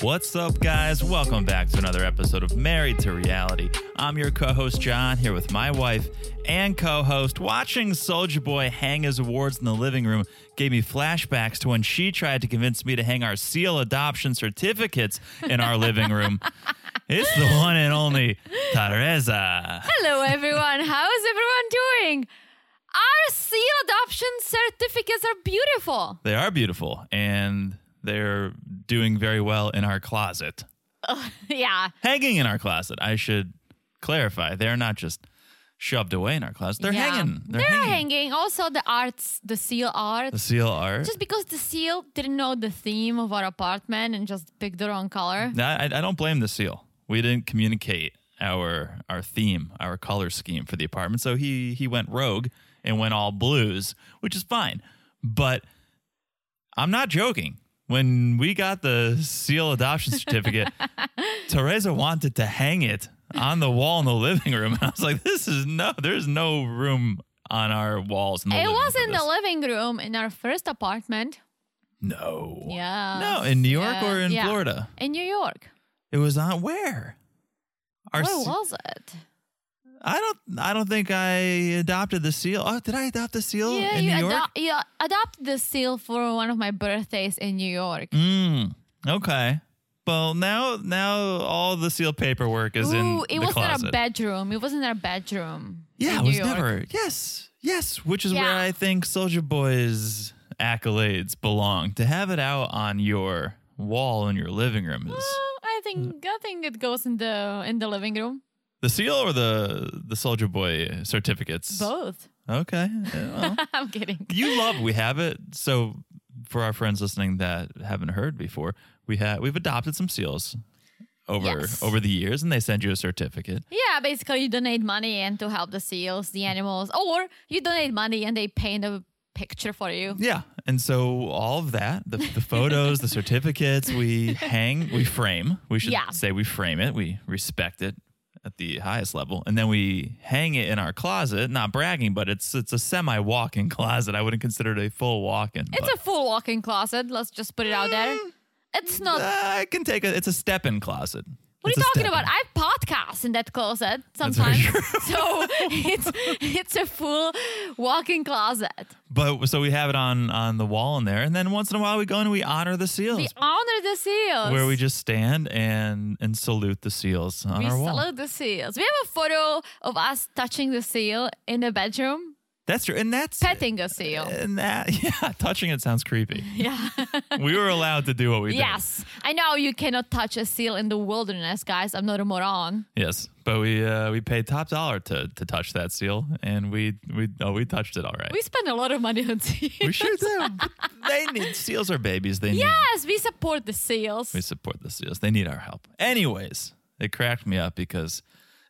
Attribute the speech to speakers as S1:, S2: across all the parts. S1: What's up, guys? Welcome back to another episode of Married to Reality. I'm your co host, John, here with my wife and co host. Watching Soldier Boy hang his awards in the living room gave me flashbacks to when she tried to convince me to hang our seal adoption certificates in our living room. It's the one and only Teresa.
S2: Hello, everyone. How is everyone doing? Our seal adoption certificates are beautiful.
S1: They are beautiful and they're doing very well in our closet.
S2: yeah.
S1: hanging in our closet. I should clarify. They're not just shoved away in our closet. They're
S2: yeah.
S1: hanging. They're,
S2: They're
S1: hanging.
S2: hanging. Also, the arts, the seal art.
S1: The seal art.
S2: Just because the seal didn't know the theme of our apartment and just picked the wrong color.
S1: No, I, I don't blame the seal. We didn't communicate our our theme, our color scheme for the apartment. So he he went rogue and went all blues, which is fine. But I'm not joking. When we got the seal adoption certificate, Teresa wanted to hang it on the wall in the living room. And I was like, this is no, there's no room on our walls. In the
S2: It
S1: living room
S2: was
S1: for
S2: in
S1: this.
S2: the living room in our first apartment.
S1: No.
S2: Yeah.
S1: No, in New York
S2: Yeah.
S1: or in
S2: Yeah.
S1: Florida?
S2: In New York.
S1: It was on where? Our
S2: Where
S1: se-
S2: was it?
S1: I don't. I don't think I adopted the seal. Oh, did I adopt the seal
S2: yeah,
S1: in
S2: you,
S1: New York?
S2: ado- you adopted the seal for one of my birthdays in New York.
S1: mm, okay. Well, now now all the seal paperwork is in
S2: Ooh, it
S1: the
S2: was
S1: closet.
S2: in our bedroom. It was in our bedroom.
S1: yeah,
S2: in
S1: it was
S2: New York.
S1: never. Yes, yes. Which is where
S2: Yeah.
S1: I think Soldier Boy's accolades belong. To have it out on your wall in your living room is
S2: Oh, I think I think it goes in the in the living room.
S1: the seal or the the Soldier Boy certificates.
S2: Both.
S1: Okay. yeah, well.
S2: I'm kidding.
S1: you love we have it so for our friends listening that haven't heard before we have we've adopted some seals over
S2: Yes.
S1: over the years and they send you a certificate
S2: Yeah, basically you donate money and to help the seals, the animals, or you donate money and they paint a picture for you.
S1: yeah and so all of that the, the photos the certificates we hang we frame we should
S2: Yeah.
S1: say we frame it we respect it at the highest level and then we hang it in our closet not bragging but it's it's a semi walk-in closet i wouldn't consider it a full walk-in
S2: It's a full walk-in closet. Let's just put it out there.
S1: Mm.
S2: It's not.
S1: uh, I can take a. It's a step-in closet.
S2: What are
S1: It's
S2: you
S1: a
S2: talking
S1: step-in.
S2: about? I podcast in that closet
S1: very
S2: sometimes, so it's it's a full walk-in closet.
S1: But so we have it on on the wall in there, and then once in a while we go and we honor the seals,
S2: We honor the seals.
S1: where we just stand and and salute the seals on
S2: We
S1: our wall.
S2: salute the seals. We have a photo of us touching the seal in the bedroom,
S1: That's true, and that's
S2: petting a seal.
S1: and that yeah, touching it sounds creepy.
S2: Yeah.
S1: we were allowed to do what we
S2: yes. I know you cannot touch a seal in the wilderness, guys. I'm not a moron.
S1: did. Yes, but we uh, we paid top dollar to to touch that seal, and we we oh we touched it all right.
S2: We spend a lot of money on seals.
S1: we sure do. But they need seals are babies. They need
S2: yes, we support the seals.
S1: We support the seals. They need our help. Anyways, it cracked me up because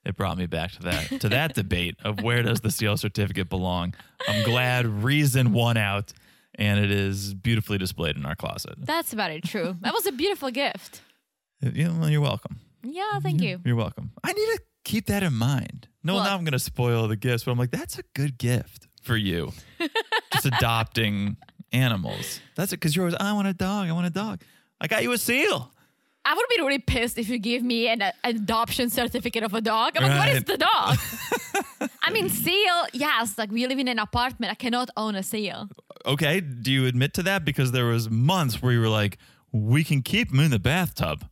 S1: it brought me back to that to that debate of where does the seal certificate belong. I'm glad reason won out, and it is beautifully displayed in our closet.
S2: That's very true. That was a beautiful gift.
S1: You know, You're welcome.
S2: Yeah, thank you.
S1: You're welcome. I need to keep that in mind. No,
S2: What?
S1: now I'm going to spoil the gifts, but I'm like, that's a good gift for you. Just adopting animals. That's it. Because you're always, I want a dog. I want a dog. I got you a seal.
S2: I would be really pissed if you give me an, a- adoption certificate of a dog. I'm like, what is
S1: Right.
S2: the dog? I mean, seal, yes, like we live in an apartment. I cannot own a seal.
S1: okay, do you admit to that? Because there was months where you were like, we can keep him in the bathtub.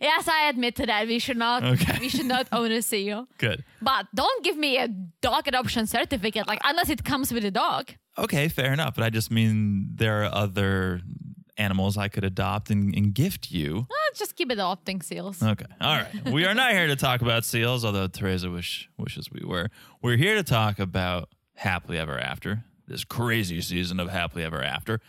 S2: Yes, I admit to that. We should not.
S1: Okay.
S2: We should not own a seal.
S1: Good.
S2: But don't give me a dog adoption certificate, like unless it comes with a dog.
S1: Okay, fair enough. But I just mean there are other animals I could adopt and, and gift you.
S2: Uh, just keep adopting seals.
S1: Okay. All right. We are not here to talk about seals, although Teresa wish, wishes we were. We're here to talk about Happily Ever After, this crazy season of Happily Ever After.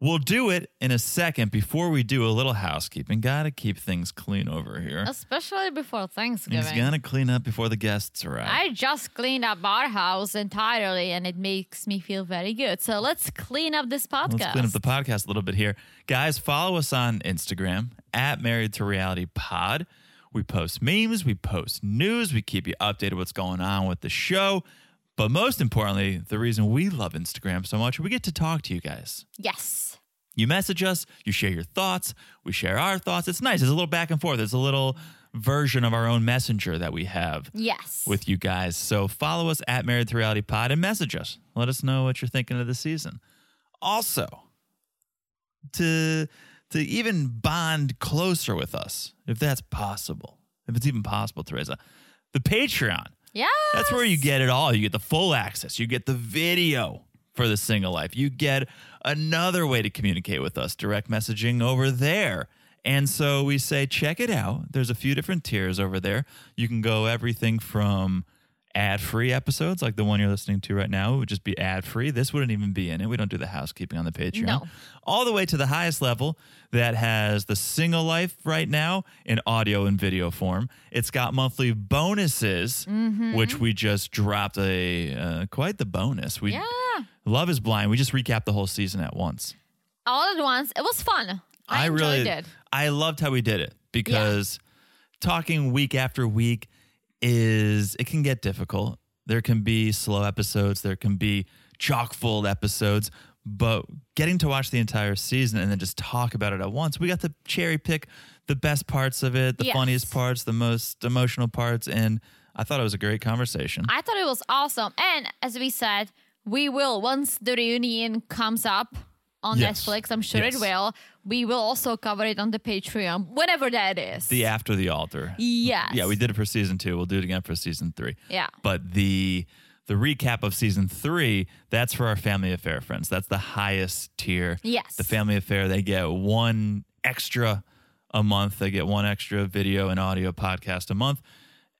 S1: We'll do it in a second. Before we do a little housekeeping, gotta keep things clean over here.
S2: Especially before Thanksgiving.
S1: Things gotta clean up before the guests arrive.
S2: I just cleaned up our house entirely, and it makes me feel very good. So let's clean up this podcast.
S1: Let's clean up the podcast a little bit here. Guys, follow us on Instagram at Married to Reality Pod. We post memes, we post news, we keep you updated what's going on with the show. But most importantly, the reason we love Instagram so much, we get to talk to you guys.
S2: yes.
S1: You message us, you share your thoughts, we share our thoughts. It's nice. It's a little back and forth. It's a little version of our own messenger that we have
S2: Yes.
S1: with you guys. So follow us at Married to Reality Pod and message us. Let us know what you're thinking of the season. Also, to to even bond closer with us, if that's possible, if it's even possible, Teresa, the Patreon.
S2: yeah.
S1: That's where you get it all. You get the full access. You get the video for the single life. You get another way to communicate with us, direct messaging over there. And so we say, check it out. There's a few different tiers over there. You can go everything from ad free episodes, like the one you're listening to right now, it would just be ad free. This wouldn't even be in it. We don't do the housekeeping on the Patreon.
S2: No.
S1: All the way to the highest level that has the single life right now in audio and video form. It's got monthly bonuses, which we just dropped a uh, quite the bonus. We
S2: Yeah.
S1: Love is Blind. We just recapped the whole season at once.
S2: All at once. It was fun. I, enjoyed
S1: really
S2: it.
S1: I loved how we did it because talking week after week is it can get difficult. There can be slow episodes, there can be chock full episodes, but getting to watch the entire season and then just talk about it at once, we got to cherry pick the best parts of it, the
S2: Yes.
S1: funniest parts, the most emotional parts, and I thought it was a great conversation.
S2: I thought it was awesome. And as we said, we will once the reunion comes up on
S1: Yes.
S2: Netflix, I'm sure
S1: Yes.
S2: it will. We will also cover it on the Patreon, whenever that is.
S1: the after the altar.
S2: yes.
S1: Yeah, we did it for season two. We'll do it again for season three.
S2: Yeah.
S1: But the the recap of season three, that's for our family affair friends. That's the highest tier.
S2: Yes.
S1: The family affair, they get one extra a month. They get one extra video and audio podcast a month.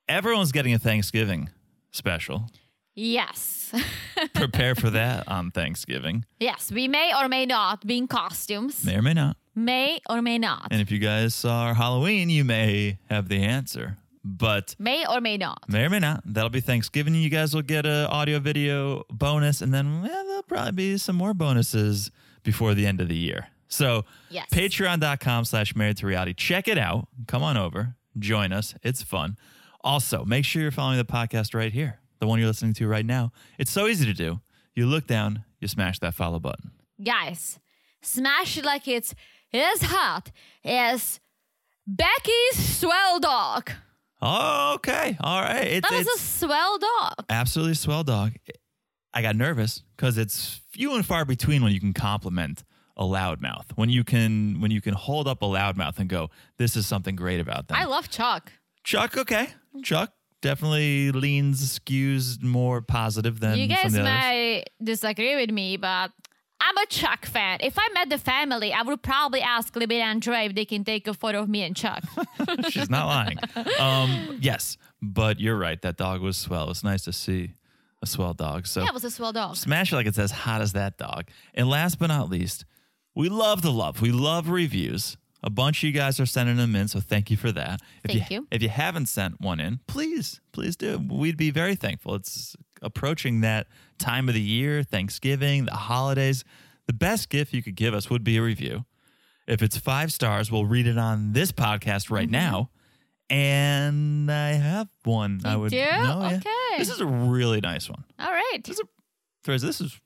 S1: Everyone's getting a Thanksgiving special.
S2: Yes.
S1: Prepare for that on Thanksgiving.
S2: yes. We may or may not be in costumes.
S1: May or may not.
S2: May or may not.
S1: And if you guys saw our Halloween, you may have the answer. But
S2: May or may not.
S1: May or may not. That'll be Thanksgiving. You guys will get a audio video bonus, and then well, there'll probably be some more bonuses before the end of the year. So
S2: Yes.
S1: patreon.com slash married to reality. Check it out. Come on over. Join us. It's fun. Also, make sure you're following the podcast right here, the one you're listening to right now. It's so easy to do. You look down, you smash that follow button.
S2: Guys, smash it like it's as hot as Becky's swell dog.
S1: Oh, okay. All right. It's,
S2: That was a
S1: it's
S2: swell dog.
S1: absolutely swell dog. I got nervous because it's few and far between when you can compliment a loudmouth. When you can when you can hold up a loudmouth and go, "This is something great about them."
S2: I love Chuck.
S1: Chuck, okay, Chuck definitely leans skews more positive than
S2: You guys
S1: some of the others.
S2: may disagree with me, but I'm a Chuck fan. If I met the family, I would probably ask Libby and Dre if they can take a photo of me and Chuck.
S1: She's not lying. Um, yes, but you're right. That dog was swell. It's nice to see a swell dog. So
S2: that was a swell dog.
S1: smash it like it's as hot as that dog. And last but not least, we love the love. We love reviews. A bunch of you guys are sending them in, so thank you for that. If
S2: Thank you.
S1: If you haven't sent one in, please, please do. We'd be very thankful. It's approaching that time of the year, Thanksgiving, the holidays. The best gift you could give us would be a review. If it's five stars, we'll read it on this podcast
S2: Mm-hmm.
S1: right now. And I have one. I
S2: You
S1: would
S2: do?
S1: no, yeah.
S2: Okay.
S1: This is a really nice one.
S2: All right.
S1: Theresa, this is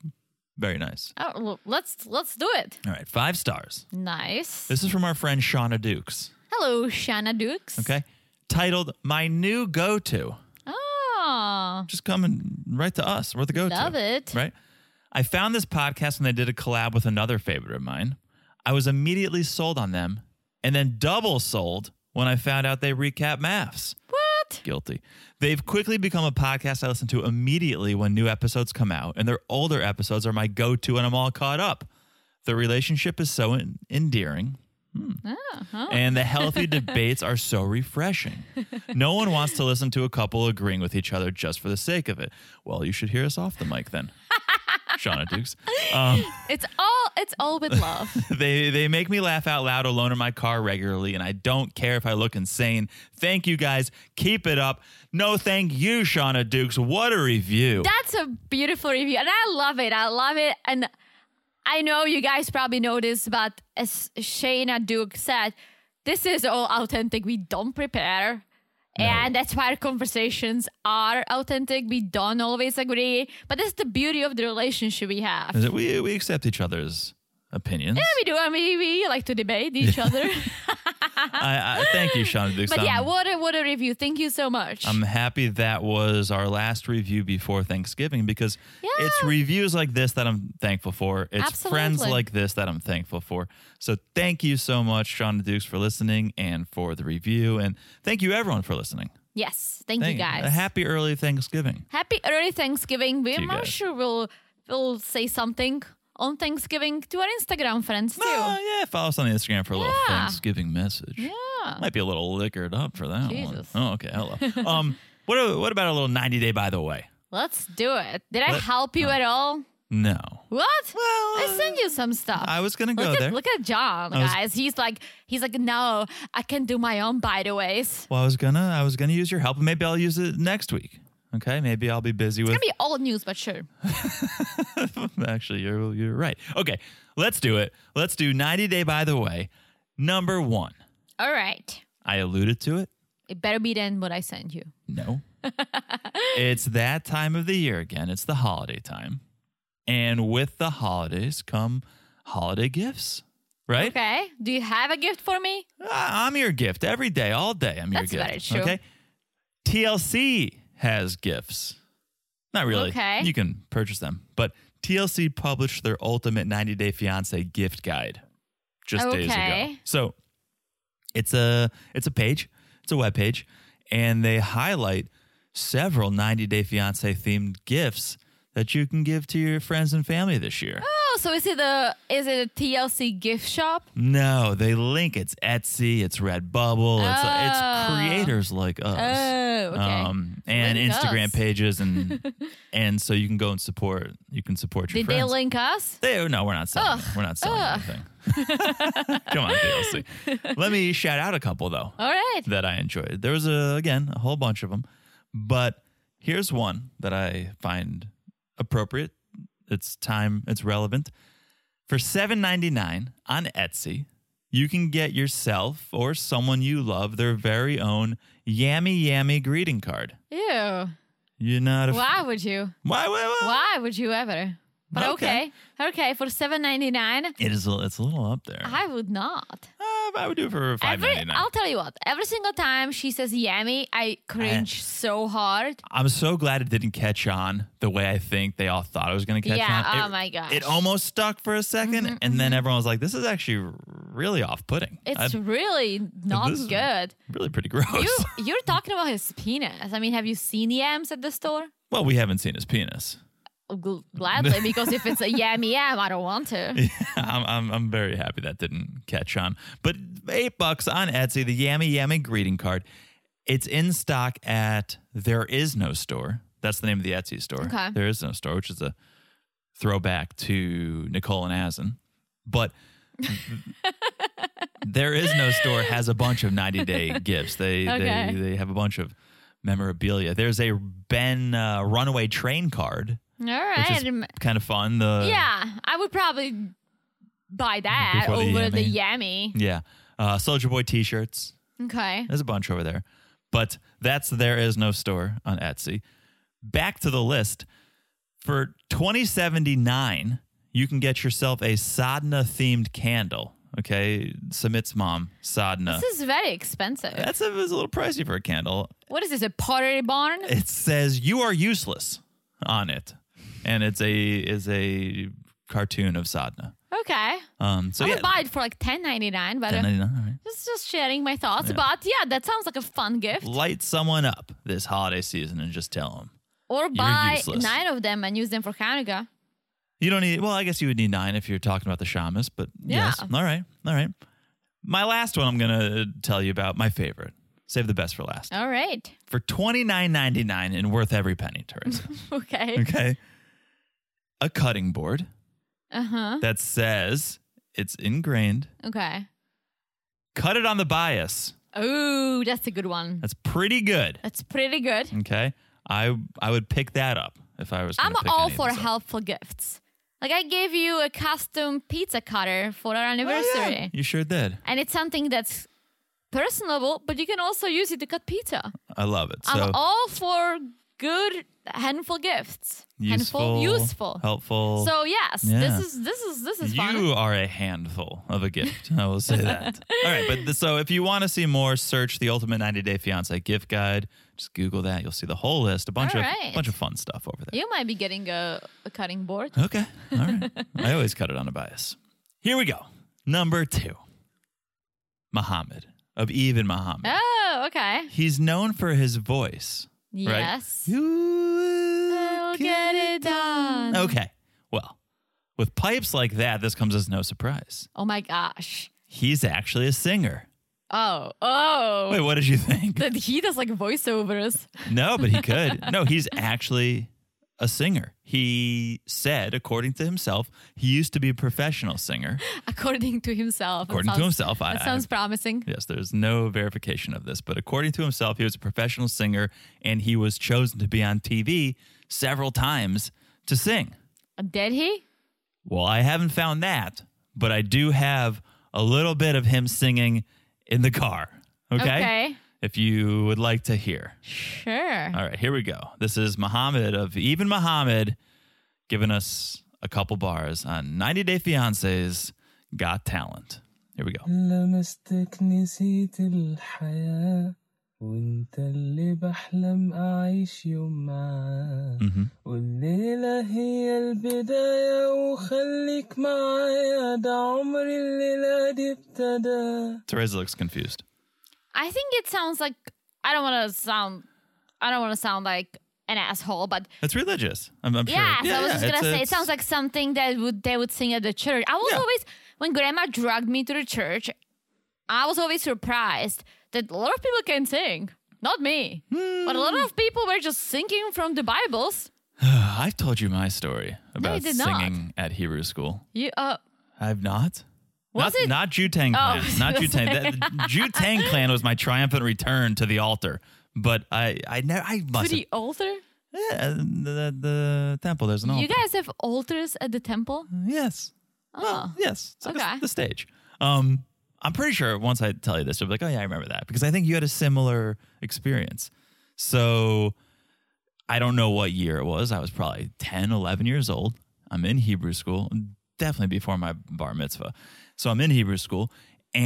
S1: very nice.
S2: Oh, well, let's let's do it.
S1: All right, five stars.
S2: Nice.
S1: This is from our friend Shauna Dukes.
S2: Hello, Shanna Dukes.
S1: Okay. Titled My New Go To.
S2: Oh,
S1: Just coming right to us. We're the go to.
S2: love it.
S1: Right? I found this podcast when they did a collab with another favorite of mine. I was immediately sold on them and then double sold when I found out they recap maths.
S2: What?
S1: Guilty. They've quickly become a podcast I listen to immediately when new episodes come out, and their older episodes are my go to, and I'm all caught up. The relationship is so en- endearing, Hmm.
S2: Uh-huh.
S1: and the healthy debates are so refreshing. No one wants to listen to a couple agreeing with each other just for the sake of it. Well, you should hear us off the mic then. Shauna Dukes. Um,
S2: It's all it's all with love.
S1: they they make me laugh out loud alone in my car regularly, and I don't care if I look insane. Thank you guys. Keep it up. No, thank you, Shauna Dukes. What a review.
S2: That's a beautiful review, and I love it. I love it, and I know you guys probably know this, but as Shayna Duke said, this is all authentic. We don't prepare. And that's why our conversations are authentic. We don't always agree, but that's the beauty of the relationship we have.
S1: Is it- we we accept each other's opinions.
S2: we do. I mean, we like to debate each other.
S1: I, I thank you, Sean Dukes.
S2: But yeah,
S1: I'm-
S2: what a what a review! Thank you so much.
S1: I'm happy that was our last review before Thanksgiving because it's
S2: Yeah.
S1: reviews like this that I'm thankful for. It's friends
S2: Absolutely.
S1: like this that I'm thankful for. So thank you so much, Sean Dukes, for listening and for the review. And thank you, everyone, for listening.
S2: yes, thank,
S1: Thank
S2: you guys.
S1: A happy early Thanksgiving.
S2: Happy early Thanksgiving. We're
S1: you
S2: not
S1: guys.
S2: sure we'll we'll say something on Thanksgiving to our Instagram friends too.
S1: Oh, yeah. Follow us on Instagram for a little
S2: Yeah.
S1: Thanksgiving message.
S2: yeah.
S1: Might be a little liquored up for that
S2: Jesus.
S1: one. Oh, okay. Hello. um, what, a- what about a little 90 day by the way?
S2: Let's do it. Did I
S1: Let-
S2: help you at all?
S1: No.
S2: What?
S1: Well,
S2: I sent you some stuff.
S1: I was going to go
S2: look at
S1: there.
S2: look at John,
S1: I was-
S2: guys. he's like he's like, no, I can do my own by the ways.
S1: Well, I was gonna, I was gonna use your help, and maybe I'll use it next week. Okay, maybe I'll be busy with.
S2: It's gonna be old news, but sure.
S1: Actually, you're you're right. Okay, let's do it. Let's do 90 day. By the way, number one,
S2: All right.
S1: I alluded to it.
S2: It better be than what I sent you.
S1: No, it's that time of the year again. It's the holiday time, and with the holidays come holiday gifts. Right?
S2: Okay. Do you have a gift for me?
S1: I- Ah, I'm your gift every day, all day. I'm your
S2: That's
S1: gift.
S2: very true.
S1: Okay. TLC has gifts. Not really.
S2: Okay.
S1: You can purchase them. But TLC published their ultimate 90 day fiance gift guide just days ago.
S2: Okay.
S1: So it's a it's a page, it's a web page, and they highlight several 90 day fiance themed gifts that you can give to your friends and family this year.
S2: Oh, so is it a is it a TLC gift shop?
S1: No, they link. It's Etsy, it's Redbubble,
S2: Oh.
S1: it's it's creators like us, Um,
S2: Oh, okay.
S1: and
S2: Link
S1: Instagram
S2: us.
S1: pages, and and so you can go and support. You can support your
S2: Did they
S1: friends.
S2: link us?
S1: They- no, we're not selling.
S2: Ugh.
S1: We're not selling
S2: Ugh.
S1: anything. Come on, DLC. Let me shout out a couple though
S2: All right.
S1: that I enjoyed. There was a again a whole bunch of them, but here's one that I find appropriate. It's time. It's relevant. For seven ninety nine on Etsy, you can get yourself or someone you love their very own yammy yammy greeting card.
S2: Ew.
S1: You're not a
S2: Why would you?
S1: why, why, why?
S2: Why would you ever? But
S1: Okay.
S2: okay. Okay, for seven ninety nine,
S1: It is. A, it's a little up there. I,
S2: I would not.
S1: I would do it for five
S2: Every,
S1: ninety nine.
S2: I'll tell you what. Every single time she says "yummy," I cringe
S1: Eh.
S2: so hard.
S1: I'm so glad it didn't catch on the way I think they all thought it was going to catch
S2: Yeah,
S1: on.
S2: oh
S1: It-
S2: my gosh. Mm-hmm,
S1: It almost stuck for a 2nd and then everyone was like, "This is actually really off-putting.
S2: It's
S1: That's
S2: really not
S1: this is-
S2: good.
S1: really pretty gross."
S2: You you're talking about his penis. I mean, have you seen yams at the store?
S1: well, we haven't seen his penis.
S2: Gl- Gladly, because if it's a yam yam, I don't want to.
S1: Yeah, I'm, I'm I'm very happy that didn't catch on. But eight bucks on Etsy, the Yammy Yammy greeting card. It's in stock at There Is No Store. That's the name of the Etsy store.
S2: Okay.
S1: There Is No Store, which is a throwback to Nicole and Asin. But There Is No Store has a bunch of 90 day gifts. They,
S2: Okay.
S1: they they have a bunch of memorabilia. There's a Ben uh, Runaway Train card,
S2: All
S1: which
S2: right.
S1: is kind of fun. The
S2: yeah, I would probably buy that
S1: Before the
S2: over the yammy.
S1: Yeah. Uh, Soldier Boy t shirts.
S2: Okay.
S1: There's a bunch over there. But that's There Is No Store on Etsy. Back to the list. For 2079, you can get yourself a Sadna themed candle. Okay. Sumit's mom, Sadna.
S2: This is very expensive.
S1: That's a, it's a little pricey for a candle.
S2: What is this? A pottery barn?
S1: It says you are useless on it. And it's a is a cartoon of Sadna.
S2: Okay.
S1: Um so
S2: I
S1: yeah,
S2: would buy it for like ten ninety nine, but uh,
S1: 10.99, all right.
S2: just just sharing my thoughts. But yeah, that sounds like a fun gift.
S1: light someone up this holiday season and just tell them.
S2: Or buy
S1: useless.
S2: nine of them and use them for Hanukkah.
S1: You don't need, well, I guess you would need nine if you're talking about the shamus, but
S2: Yeah.
S1: yes. All right. All right. My last one I'm going to tell you about, my favorite. Save the best for last.
S2: All right.
S1: For twenty nine ninety nine and worth every penny, Teresa.
S2: Okay.
S1: okay. A cutting board
S2: Uh huh.
S1: that says it's ingrained,
S2: Okay.
S1: cut it on the bias.
S2: Oh, that's a good one.
S1: That's pretty good.
S2: That's pretty good.
S1: Okay. I I would pick that up if I was gonna
S2: I'm
S1: pick
S2: all
S1: any of
S2: for
S1: these up.
S2: helpful gifts. Like I gave you a custom pizza cutter for our
S1: Oh,
S2: anniversary.
S1: yeah. You sure did.
S2: And it's something that's personable, but you can also use it to cut pizza.
S1: I love it. So
S2: I'm all for good handful gifts.
S1: Useful,
S2: handful useful.
S1: helpful.
S2: So yes,
S1: Yeah.
S2: this is this is this is fun.
S1: you are a handful of a gift. I will say that. All right, but th- so if you want to see more, search the Ultimate 90 Day Fiance Gift Guide. Just Google that. You'll see the whole list. A bunch
S2: All
S1: of
S2: right.
S1: bunch of fun stuff over there.
S2: You might be getting a, a cutting board.
S1: Okay. All right. I always cut it on a bias. Here we go. Number two. Muhammad of Eve and Muhammad.
S2: Oh, okay.
S1: He's known for his voice. right?
S2: Yes.
S1: You
S2: I'll
S1: can-
S2: get it done.
S1: Okay. Well, with pipes like that, this comes as no surprise.
S2: Oh my gosh.
S1: He's actually a singer.
S2: Oh, oh.
S1: Wait, what did you think?
S2: That he does like voiceovers.
S1: No, but he could. No, he's actually a singer. He said, according to himself, he used to be a professional singer.
S2: according to himself. That
S1: According to
S2: sounds-
S1: himself, I,
S2: That
S1: I-
S2: sounds promising.
S1: yes, there's no verification of this, but according to himself, he was a professional singer and he was chosen to be on TV several times to sing.
S2: Did he?
S1: Well, I haven't found that, but I do have a little bit of him singing in the car. Okay.
S2: Okay.
S1: If you would like to hear.
S2: Sure.
S1: All right, here we go. This is Muhammad of Even Muhammad giving us a couple bars on 90 Day Fiance's Got Talent. Here we go.
S2: Mm.
S3: لمستك نسيت الحياة وانت اللي بحلم أعيش يوم معاه والليلة هي البداية وخليك معايا ده عمري الليلة دي ابتدى
S1: Teresa looks confused.
S2: I think it sounds like I don't want to sound. I don't want to sound like an asshole, but
S1: It's religious. I'm, I'm
S2: yeah,
S1: sure.
S2: so I was just
S1: yeah,
S2: gonna
S1: it's-
S2: say it
S1: it's-
S2: sounds like something that would they would sing at the church. I was
S1: Yeah.
S2: always when grandma dragged me to the church, I was always surprised that a lot of people can sing. Not me. But a lot
S1: Hmm.
S2: of people were just singing from the Bibles.
S1: I've told you my story about
S2: did not.
S1: singing at Hebrew school.
S2: You uh
S1: I've not.
S2: Was
S1: not,
S2: it-
S1: not Jutang
S2: Oh, I
S1: Clan.
S2: was
S1: Not
S2: gonna
S1: Jutang. That, Jutang Clan was my triumphant return to the altar. But I, I never, I
S2: to
S1: must.
S2: the altar?
S1: Yeah, the, the temple. There's an altar.
S2: You guys have altars at the temple?
S1: Yes. Well,
S2: Oh.
S1: yes. It's like a-
S2: Okay.
S1: the stage. Um, I'm pretty sure once I tell you this, you'll be like, oh, yeah, I remember that because I think you had a similar experience. So I don't know what year it was. I was probably 10, 11 years old. I'm in Hebrew school, definitely before my bar mitzvah. So I'm in Hebrew school,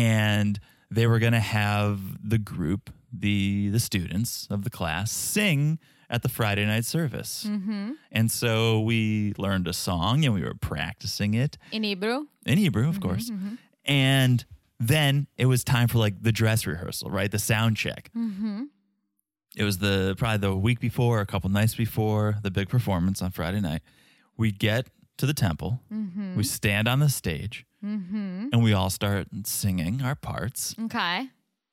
S1: and they were going to have the group, the the students of the class, sing at the Friday night service.
S2: Hmm.
S1: And so we learned a song and we were practicing it
S2: In Hebrew?
S1: in Hebrew, of course. And then it was time for like the dress rehearsal, right? The sound check. It was the probably the week before, a couple nights before the big performance on Friday night. We get to the temple, we stand on the stage, and we all start singing our parts
S2: Mm-hmm. Okay.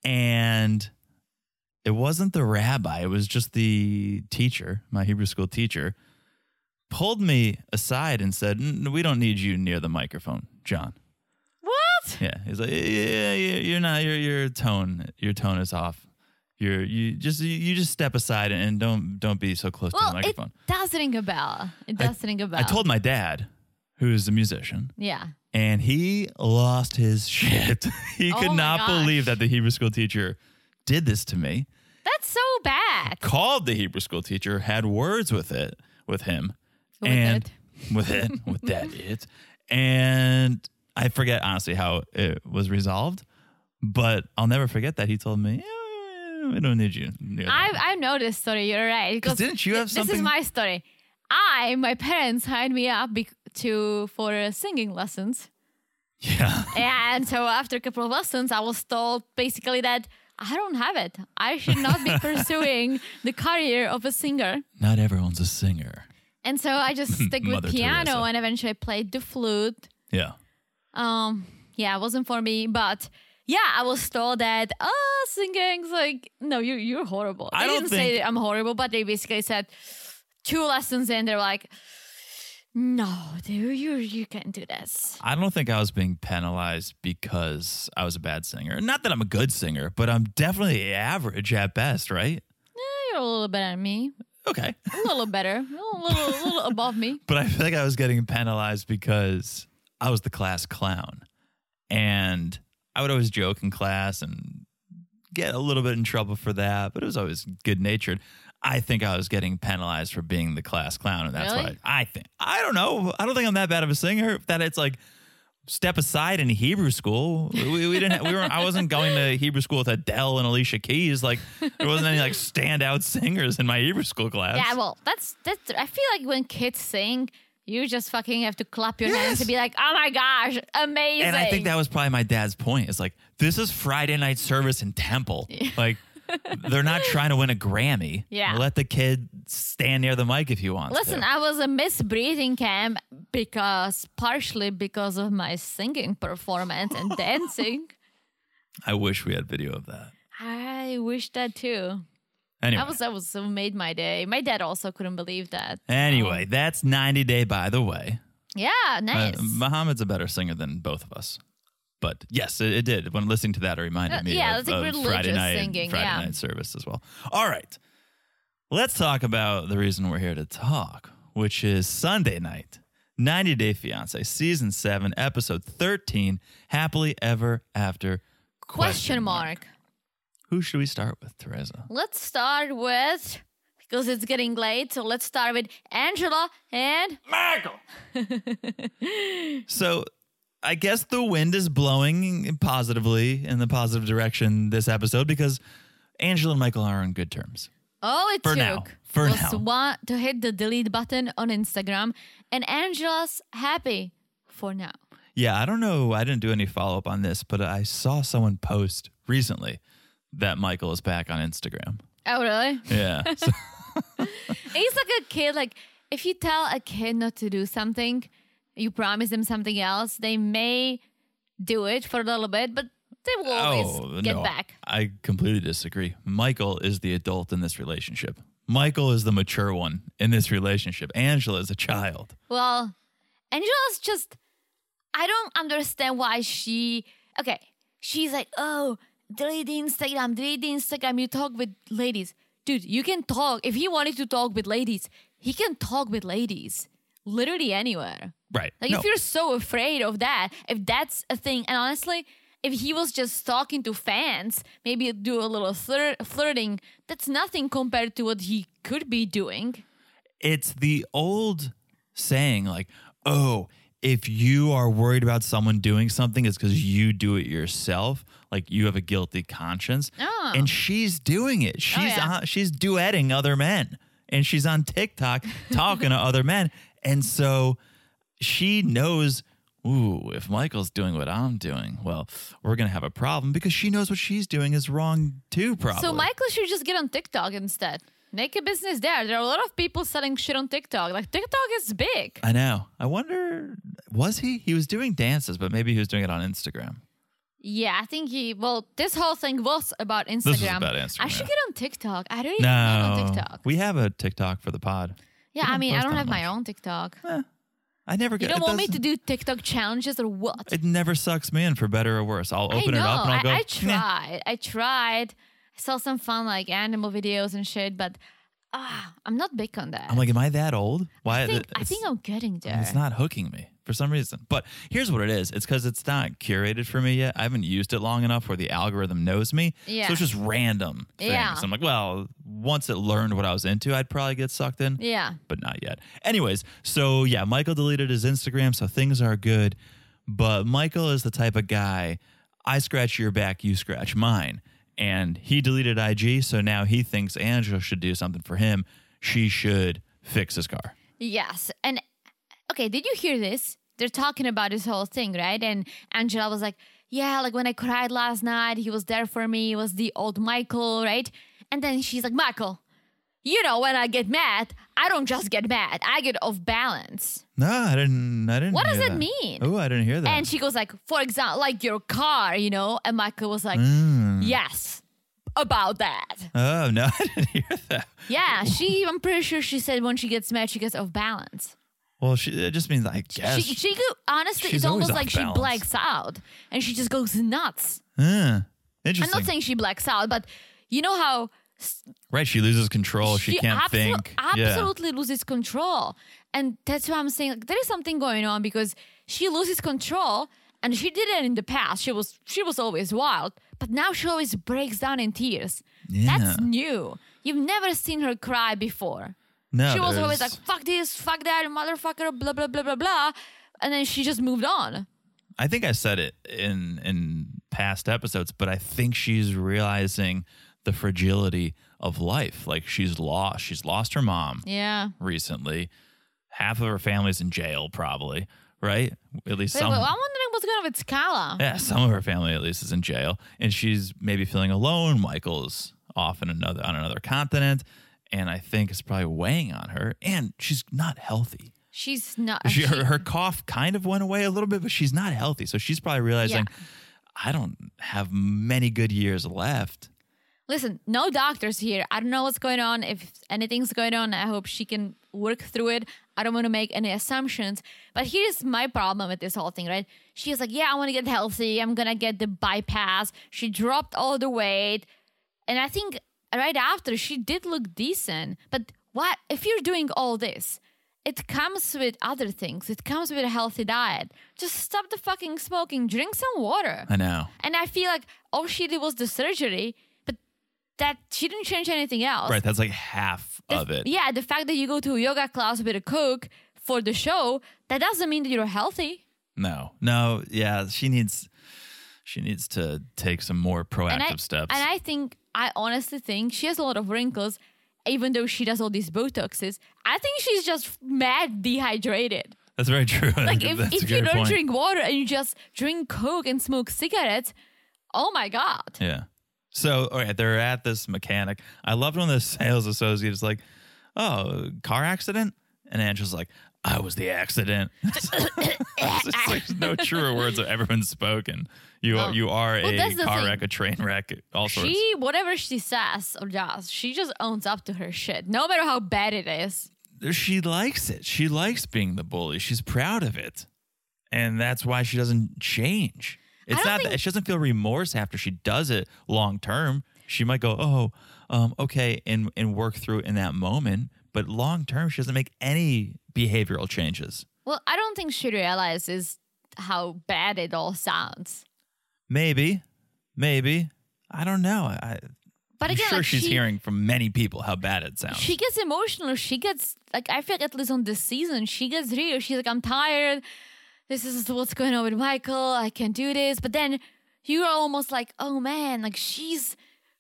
S1: and it wasn't the rabbi it was just the teacher my hebrew school teacher pulled me aside and said "N- we don't need you near the microphone john
S2: What?
S1: yeah he's like yeah, yeah, yeah you're not your your tone your tone is off you're you just you- you just step aside and don't don't be so close to
S2: Well,
S1: the
S2: it
S1: microphone
S2: does ring a bell. It
S1: I-
S2: does ring a bell.
S1: i told my dad who's a musician
S2: Yeah.
S1: and he lost his shit he
S2: Oh
S1: could
S2: my
S1: not
S2: gosh.
S1: believe that the hebrew school teacher did this to me
S2: That's so bad.
S1: called the Hebrew school teacher, had words with it with him,
S2: With
S1: and with it with that it, and I forget honestly how it was resolved, but I'll never forget that he told me, "Yeah, "We don't need you." near that."
S2: I I know this story. You're right.
S1: 'Cause didn't you have
S2: th- This
S1: something-
S2: is my story. I my parents hired me up bec- to for uh, singing lessons,
S1: yeah,
S2: and so after a couple of lessons, I was told basically that I don't have it. I should not be pursuing the career of a singer.
S1: not everyone's a singer.
S2: And so I just stick with
S1: Mother
S2: piano,
S1: Teresa.
S2: and eventually I played the flute.
S1: Yeah,
S2: Um, yeah, it wasn't for me, but yeah, I was told that oh, singing's like no, you you're horrible. They
S1: I don't
S2: didn't
S1: think-
S2: say I'm horrible, but they basically said two lessons in, they're like, no, dude, you you can't do this.
S1: I don't think I was being penalized because I was a bad singer. Not that I'm a good singer, but I'm definitely average at best, right?
S2: Eh, You're a little better than me,
S1: Okay.
S2: a little better, a little a little above me.
S1: but I feel like I was getting penalized because I was the class clown. And I would always joke in class and get a little bit in trouble for that, but it was always good natured. I think I was getting penalized for being the class clown, and that's
S2: Really?
S1: why I think. I don't know. I don't think I'm that bad of a singer. That it's like step aside in Hebrew school. We, we we didn't. We weren't. I wasn't going to Hebrew school with Adele and Alicia Keys. Like there wasn't any like standout singers in my Hebrew school class.
S2: Yeah, well, that's that's. I feel like when kids sing, you just fucking have to clap your hands
S1: Yes.
S2: and be like, "Oh my gosh, amazing!"
S1: And I think that was probably my dad's point. It's like this is Friday night service in Temple. Like they're not trying to win a Grammy.
S2: Yeah.
S1: Let the kid stand near the mic if he wants.
S2: Listen,
S1: to.
S2: I was a Miss Breathing Camp because partially because of my singing performance and dancing.
S1: I wish we had video of that.
S2: I wish that too.
S1: Anyway.
S2: That was that was so made my day. My dad also couldn't believe that.
S1: anyway, that's 90 Day by the way.
S2: Yeah,
S1: Uh,
S2: nice.
S1: Muhammad's a better singer than both of us. But yes, it, it did. When listening to that, it reminded
S2: Uh,
S1: me
S2: yeah,
S1: of,
S2: that's like
S1: of
S2: religious
S1: Friday night,
S2: singing,
S1: Friday
S2: yeah.
S1: night service as well. All right. Let's talk about the reason we're here to talk, which is Sunday night, 90 Day Fiance, Season 7, Episode 13, Happily Ever After.
S2: Question mark.
S1: Who should we start with, Teresa?
S2: Let's start with because it's getting late. So let's start with Angela and
S1: So I guess the wind is blowing positively in the positive direction this episode because Angela and Michael are on good terms.
S2: Oh, it
S1: For
S2: took
S1: now. For
S2: was
S1: now.
S2: one to hit the delete button on Instagram, and Angela's happy for now.
S1: Yeah, I don't know. I didn't do any follow up on this, but I saw someone post recently that Michael is back on Instagram.
S2: Oh, really?
S1: Yeah. So-
S2: He's like a kid. Like if you tell a kid not to do something, you promise them something else, they may do it for a little bit, but they will always get
S1: Oh, no.
S2: back.
S1: I completely disagree. Michael is the adult in this relationship. Michael is the mature one in this relationship. Angela is a child.
S2: Well, Angela's just I don't understand why she okay. She's like, oh, delete the Instagram, delete the Instagram, you talk with ladies. Dude, you can talk. If he wanted to talk with ladies, he can talk with ladies. Literally anywhere.
S1: Right.
S2: Like
S1: No.
S2: if you're so afraid of that, if that's a thing, and honestly, if he was just talking to fans, maybe do a little flir- flirting, that's nothing compared to what he could be doing.
S1: it's the old saying like oh if you are worried about someone doing something it's because you do it yourself like you have a guilty conscience
S2: Oh.
S1: and she's doing it she's
S2: yeah.
S1: on, she's duetting other men and she's on tiktok talking to other men and so she knows ooh if michael's doing what i'm doing well we're gonna have a problem because she knows what she's doing is wrong too probably
S2: So Michael should just get on TikTok instead. Make a business there. There are a lot of people selling shit on TikTok. Like TikTok is big.
S1: I know. I wonder, was he? He was doing dances, but maybe he was doing it on Instagram.
S2: Yeah, I think he. Well, this whole thing was about Instagram.
S1: was about Instagram,
S2: I should
S1: yeah.
S2: get on TikTok. I don't even have
S1: No,
S2: on TikTok.
S1: we have a TikTok for the pod.
S2: yeah, I
S1: don't
S2: mean, I
S1: post
S2: don't
S1: that
S2: have my
S1: much.
S2: own TikTok.
S1: I never
S2: You
S1: get.
S2: don't
S1: it
S2: want me to
S1: doesn't-
S2: do TikTok challenges or what?
S1: It never sucks me in for better or worse. I'll open
S2: I know.
S1: it up and I'll
S2: I-
S1: go.
S2: I,
S1: "Nah."
S2: tried. I tried. I saw some fun like animal videos and shit, but ah, I'm not big on that.
S1: I'm like, am I that old? Why?
S2: I think, I
S1: it's-
S2: think I'm getting there.
S1: It's not hooking me for some reason. But here's what it is. It's because it's not curated for me yet. I haven't used it long enough where the algorithm knows me.
S2: Yeah.
S1: So it's just random things.
S2: Yeah.
S1: I'm like, well, once it learned what I was into, I'd probably get sucked in.
S2: yeah.
S1: but not yet. Anyways, so yeah, Michael deleted his Instagram, so things are good. But Michael is the type of guy I scratch your back, you scratch mine. And he deleted IG, so now he thinks Angela should do something for him. She should fix his car.
S2: Yes. And okay, did you hear this? They're talking about this whole thing, right? And Angela was like, Yeah, like when I cried last night, he was there for me. It was the old Michael, right? And then she's like, Michael, you know, when I get mad, I don't just get mad, I get off balance.
S1: No, I didn't. I didn't.
S2: What does
S1: hear
S2: that
S1: that
S2: mean?
S1: Oh, I didn't hear that.
S2: And she goes like, for example, like your car, you know? And Michael was like,
S1: Mm.
S2: yes, about that.
S1: oh no, I didn't hear that.
S2: Yeah, she, I'm pretty sure she said when she gets mad, she gets off balance.
S1: Well, she, it just means I guess.
S2: She, she could, honestly,
S1: She's
S2: it's
S1: always
S2: almost
S1: off
S2: like
S1: balance.
S2: she blacks out and she just goes nuts.
S1: Huh.
S2: I'm
S1: interesting.
S2: not saying she blacks out, but you know how
S1: right, she loses control. She, can't
S2: abso-
S1: think. Yeah.
S2: absolutely loses control. And that's why I'm saying like, there is something going on because she loses control and she did it in the past. She was she was always wild, but now she always breaks down in tears. That's
S1: Yeah.
S2: new. You've never seen her cry before.
S1: No,
S2: she was
S1: there's-
S2: always like, "Fuck this, fuck that, motherfucker," blah blah blah blah blah, and then she just moved on.
S1: I think I said it in in past episodes, but I think she's realizing the fragility of life. Like she's lost, she's lost her mom
S2: Yeah.
S1: recently. Half of her family's in jail, probably. Right? At least
S2: But
S1: some.
S2: I'm wondering what's going on with Scala.
S1: Yeah, some of her family at least is in jail, and she's maybe feeling alone. Michael's off in another on another continent, and I think it's probably weighing on her. And she's not healthy.
S2: She's not.
S1: She,
S2: she-
S1: her, her cough kind of went away a little bit, but she's not healthy. So she's probably realizing, I don't have many good years left.
S2: listen, no doctors here. I don't know what's going on. If anything's going on, I hope she can work through it. I don't want to make any assumptions. But here's my problem with this whole thing, right? She was like, Yeah, I want to get healthy. I'm going to get the bypass. She dropped all the weight. And I think right after, she did look decent. But what if you're doing all this? It comes with other things. It comes with a healthy diet. Just stop the fucking smoking. Drink some water.
S1: I know.
S2: And I feel like all she did was the surgery, but that she didn't change anything else.
S1: Right. That's like half
S2: The-
S1: of it.
S2: Yeah, the fact that you go to a yoga class with a cook for the show, that doesn't mean that you're healthy.
S1: No. No. Yeah. She needs. She needs to take some more proactive
S2: and I,
S1: steps.
S2: And I think, I honestly think she has a lot of wrinkles, even though she does all these Botoxes. I think she's just mad dehydrated.
S1: That's very true.
S2: Like, if,
S1: That's a
S2: if you
S1: good
S2: don't
S1: point.
S2: drink water and you just drink Coke and smoke cigarettes, oh my God.
S1: Yeah. So, all right, they're at this mechanic. I loved when the sales associate is like, "Oh, car accident," and Angela's like, "I was the accident." It's just like no truer words have ever been spoken. You are
S2: Oh.
S1: you are
S2: Well,
S1: a
S2: that's the
S1: car
S2: thing.
S1: wreck, a train wreck, all sorts.
S2: She, whatever she says or does, she just owns up to her shit, no matter how bad it is.
S1: she likes it. She likes being the bully. She's proud of it, and that's why she doesn't change. It's
S2: don't
S1: not that
S2: think-
S1: she doesn't feel remorse after she does it long term. She might go, "Oh, um, okay," and and work through it in that moment. But long term, she doesn't make any behavioral changes.
S2: Well, I don't think she realizes how bad it all sounds.
S1: Maybe, maybe I don't know. I,
S2: But
S1: I'm
S2: again,
S1: sure
S2: like,
S1: she's
S2: she,
S1: hearing from many people how bad it sounds.
S2: She gets emotional. She gets like I feel like at least on this season, she gets real. She's like, I'm tired. This is what's going on with Michael. I can't do this. But then you're almost like, oh man, like she's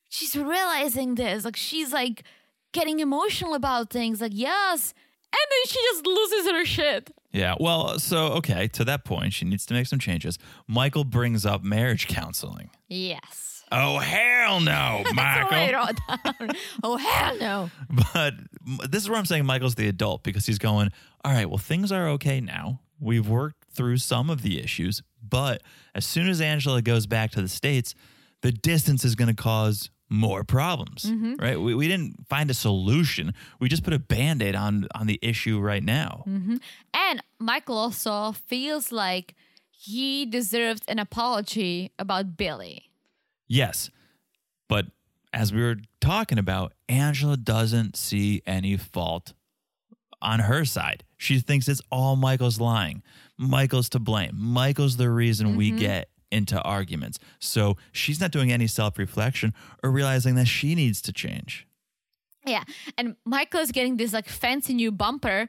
S2: she's realizing this. Like she's like getting emotional about things. Like yes. And then she just loses her shit.
S1: Yeah. Well, so okay. To that point, she needs to make some changes. Michael brings up marriage counseling.
S2: Yes.
S1: Oh hell no,
S2: That's what I
S1: Michael!
S2: wrote down. oh hell no.
S1: But m- this is where I'm saying Michael's the adult because he's going. All right, well things are okay now. We've worked through some of the issues, but as soon as Angela goes back to the states, the distance is going to cause more problems. Right? We, we didn't find a solution. We just put a band aid on on the issue right now.
S2: And Michael also feels like he deserved an apology about Billy.
S1: Yes. But as we were talking about, Angela doesn't see any fault on her side. She thinks it's all Michael's lying. Michael's to blame. Michael's the reason we get into arguments. So she's not doing any self reflection or realizing that she needs to change.
S2: Yeah. And Michael is getting this like fancy new bumper.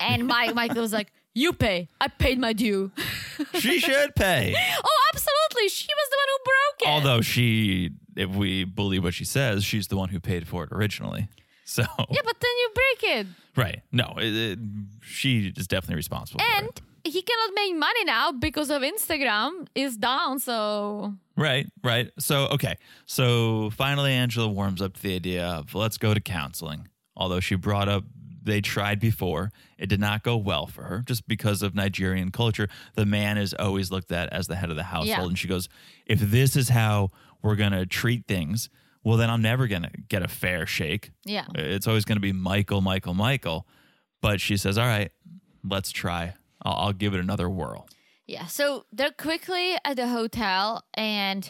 S2: And my Michael's like, You pay. I paid my due.
S1: She should pay.
S2: oh, absolutely. She was the one who broke it.
S1: Although she, if we believe what she says, she's the one who paid for it originally. So,
S2: yeah, but then you break it.
S1: right. No, it, it, she is definitely responsible. for it.
S2: And he cannot make money now because of Instagram is down. So
S1: Right, right. So, okay. So finally, Angela warms up to the idea of let's go to counseling. Although she brought up they tried before, it did not go well for her just because of Nigerian culture. The man is always looked at as the head of the household.
S2: Yeah.
S1: And she goes, if this is how we're going to treat things, well, then I'm never going to get a fair shake.
S2: yeah.
S1: It's always going to be Michael, Michael, Michael. But she says, all right, let's try. I'll, I'll give it another whirl.
S2: Yeah, so they're quickly at the hotel, and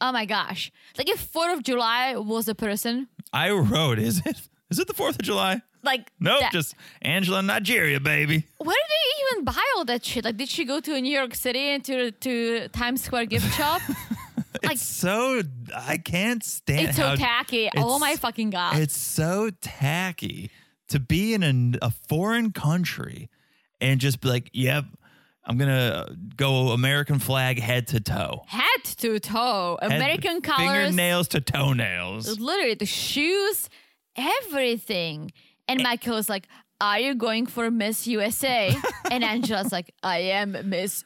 S2: oh my gosh, like if Fourth of July was a person,
S1: I wrote, is it? Is it the 4th of July?
S2: Like
S1: Nope,
S2: that-
S1: just Angela, Nigeria, baby.
S2: where did they even buy all that shit? Like, did she go to New York City and to to Times Square gift shop? Like-
S1: it's so, I can't stand
S2: it's so
S1: how-
S2: tacky. Oh
S1: it's-
S2: my fucking god!
S1: It's so tacky to be in an, a foreign country and just be like, yep, I'm going to go American flag head to toe.
S2: Head to toe,
S1: Head-
S2: American colors,
S1: Fingernails to toenails.
S2: literally the shoes, everything.
S1: Eh.
S2: And Michael's like, "Are you going for Miss USA?" and Angela's like, "I am Miss,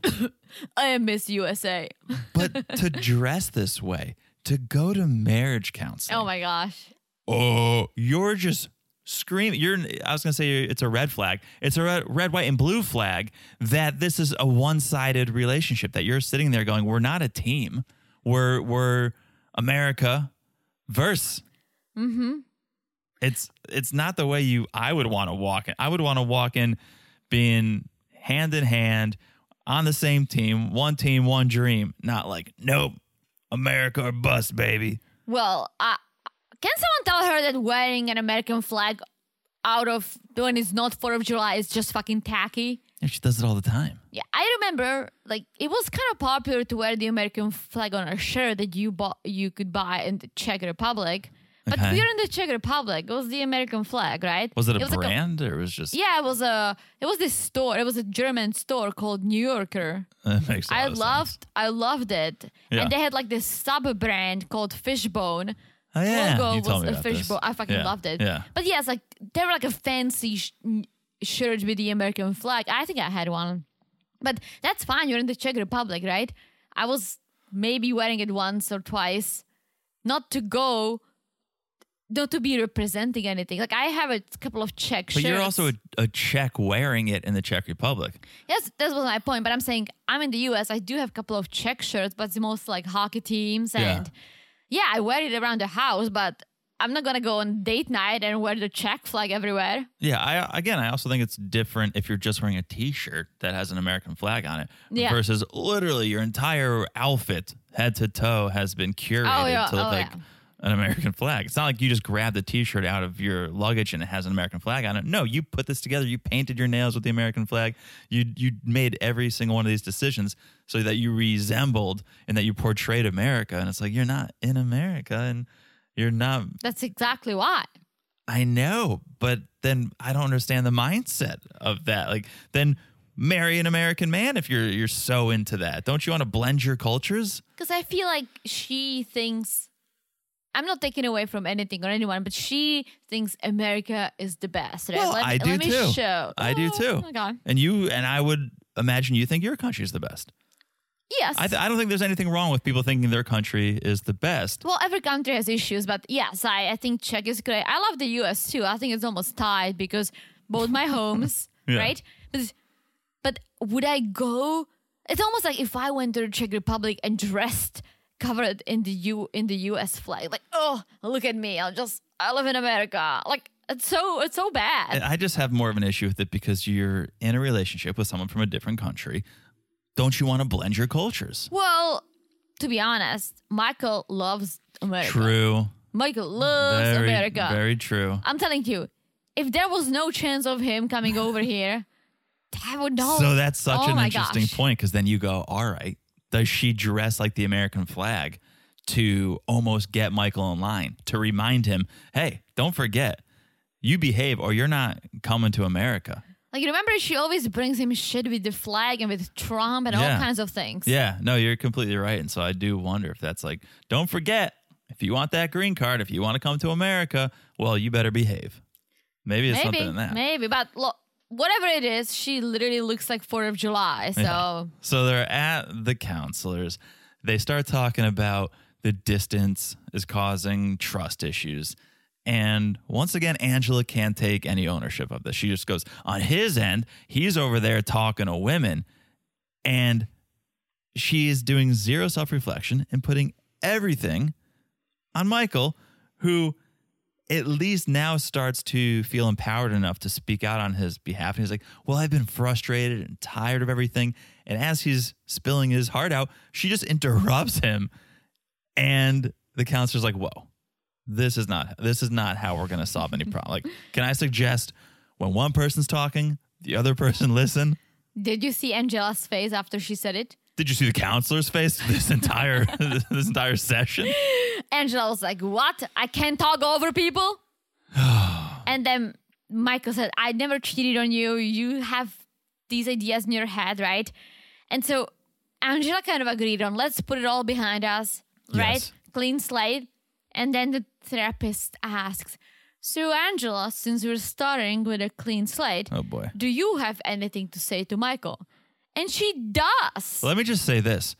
S2: I am Miss USA."
S1: but to dress this way, to go to marriage counseling.
S2: Oh my gosh!
S1: oh, you're just screaming. You're. I was gonna say it's a red flag. It's a red, red, white, and blue flag that this is a one-sided relationship. That you're sitting there going, "We're not a team. We're we're America verse." Mm-hmm. It's it's not the way you. I would want to walk in. I would want to walk in being hand in hand on the same team, one team, one dream. Not like nope, America or bust, baby.
S2: Well, uh, can someone tell her that wearing an American flag out of when it's not Fourth of July is just fucking tacky?
S1: And she does it all the time.
S2: Yeah, I remember like it was kind of popular to wear the American flag on a shirt that you bought you could buy in the Czech Republic. But
S1: Okay.
S2: we're in the Czech Republic. It was the American flag, right?
S1: Was it a
S2: like,
S1: brand or was just?
S2: yeah, it was a it was this store. It was a German store called New Yorker.
S1: That makes a lot
S2: I
S1: of sense.
S2: loved I loved it.
S1: Yeah.
S2: And they had like this sub brand called Fishbone.
S1: Oh, yeah.
S2: logo
S1: You told
S2: was
S1: me
S2: a
S1: about this.
S2: fishbowl. I fucking
S1: Yeah.
S2: loved it.
S1: Yeah.
S2: But yeah, it's like they were like a fancy sh- n- shirt with the American flag. I think I had one, but that's fine. You're in the Czech Republic, right? I was maybe wearing it once or twice, not to go, not to be representing anything. Like I have a couple of Czech
S1: But
S2: shirts.
S1: you're also a, a Czech wearing it in the Czech Republic.
S2: yes, that was my point. But I'm saying I'm in the U.S. I do have a couple of Czech shirts, but it's most like hockey teams
S1: Yeah.
S2: and yeah, I wear it around the house, but. I'm not gonna go on date night and wear the Czech flag everywhere.
S1: Yeah. I uh, again, I also think it's different if you're just wearing a T-shirt that has an American flag on it
S2: Yeah.
S1: versus literally your entire outfit, head to toe, has been curated
S2: Oh, yeah.
S1: to look
S2: Oh,
S1: like
S2: yeah.
S1: an American flag. It's not like you just grabbed the T-shirt out of your luggage and it has an American flag on it. No, you put this together. You painted your nails with the American flag. You you made every single one of these decisions so that you resembled and that you portrayed America. And it's like you're not in America and. You're not
S2: That's exactly why.
S1: I know, but then I don't understand the mindset of that. Like, then marry an American man if you're you're so into that. Don't you want to blend your cultures?
S2: Because I feel like she thinks, I'm not taking away from anything or anyone, but she thinks America is the best. Right?
S1: Well,
S2: let, me-
S1: I do
S2: let me
S1: too.
S2: show. Oh
S1: I do too.
S2: Okay.
S1: And you and I would imagine you think your country is the best.
S2: Yes.
S1: I, th- I don't think there's anything wrong with people thinking their country is the best.
S2: well, every country has issues, but yes, I, I think Czech is great. I love the US too. I think it's almost tied because both my homes,
S1: Yeah.
S2: right? But, but would I go? It's almost like if I went to the Czech Republic and dressed covered in the U in the US flag, like, oh, look at me. I'm just I live in America. Like it's so it's so bad.
S1: I just have more of an issue with it because you're in a relationship with someone from a different country. Don't you want to blend your cultures?
S2: Well, to be honest, Michael loves America.
S1: True.
S2: Michael loves
S1: very,
S2: America.
S1: Very true.
S2: I'm telling you, if there was no chance of him coming over here, I would know.
S1: So that's such
S2: Oh
S1: an
S2: my
S1: interesting
S2: gosh.
S1: point because then you go, all right, does she dress like the American flag to almost get Michael in line to remind him, hey, don't forget, you behave or you're not coming to America?
S2: Like remember, she always brings him shit with the flag and with Trump and
S1: Yeah.
S2: all kinds of things.
S1: Yeah, no, you're completely right. And so I do wonder if that's like, don't forget, if you want that green card, if you want to come to America, well, you better behave. Maybe it's
S2: maybe,
S1: something in that.
S2: maybe. But look, whatever it is, she literally looks like Fourth of July. So
S1: So they're at the counselors. They start talking about the distance is causing trust issues. And once again, Angela can't take any ownership of this. She just goes, on his end, he's over there talking to women. And she is doing zero self reflection and putting everything on Michael, who at least now starts to feel empowered enough to speak out on his behalf. And he's like, Well, I've been frustrated and tired of everything. And as he's spilling his heart out, she just interrupts him. And the counselor's like, Whoa, this is not this is not how we're going to solve any problem. Like, can I suggest when one person's talking, the other person listen?
S2: Did you see Angela's face after she said it?
S1: Did you see the counselor's face this entire this entire session?
S2: Angela was like, What? I can't talk over people? and then Michael said, I never cheated on you. You have these ideas in your head, right? And so Angela kind of agreed on let's put it all behind us, right?
S1: Yes.
S2: Clean slate. And then the therapist asks, So, Angela, since we're starting with a clean slate,
S1: Oh boy.
S2: do you have anything to say to Michael? And she does.
S1: Let me just say this.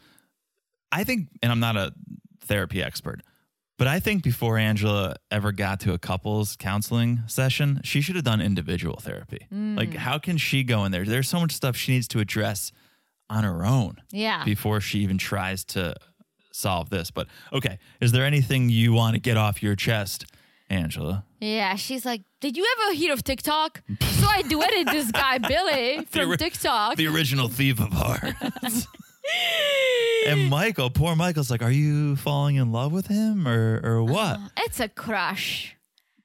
S1: I think, and I'm not a therapy expert, but I think before Angela ever got to a couples counseling session, she should have done individual therapy. Like, how can she go in there? There's so much stuff she needs to address on her own
S2: Yeah.
S1: before she even tries to solve this. But okay, is there anything you want to get off your chest, Angela?
S2: Yeah, she's like, Did you ever hear of TikTok? so I duetted this guy, Billy, from
S1: ori-
S2: TikTok.
S1: The original thief of hearts. and Michael, poor Michael's like, are you falling in love with him or or what?
S2: it's a crush.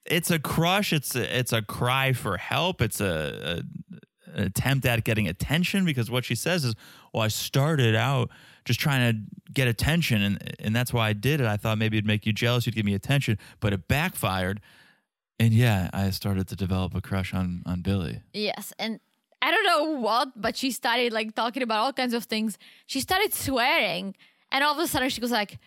S1: it's a crush. It's a, it's a cry for help. It's a, a an attempt at getting attention because what she says is, "Well, I started out just trying to get attention, and and that's why I did it. I thought maybe it'd make you jealous, you'd give me attention, but it backfired." And yeah, I started to develop a crush on on Billy.
S2: Yes. And I don't know what, but she started like talking about all kinds of things. She started swearing. And all of a sudden she was like,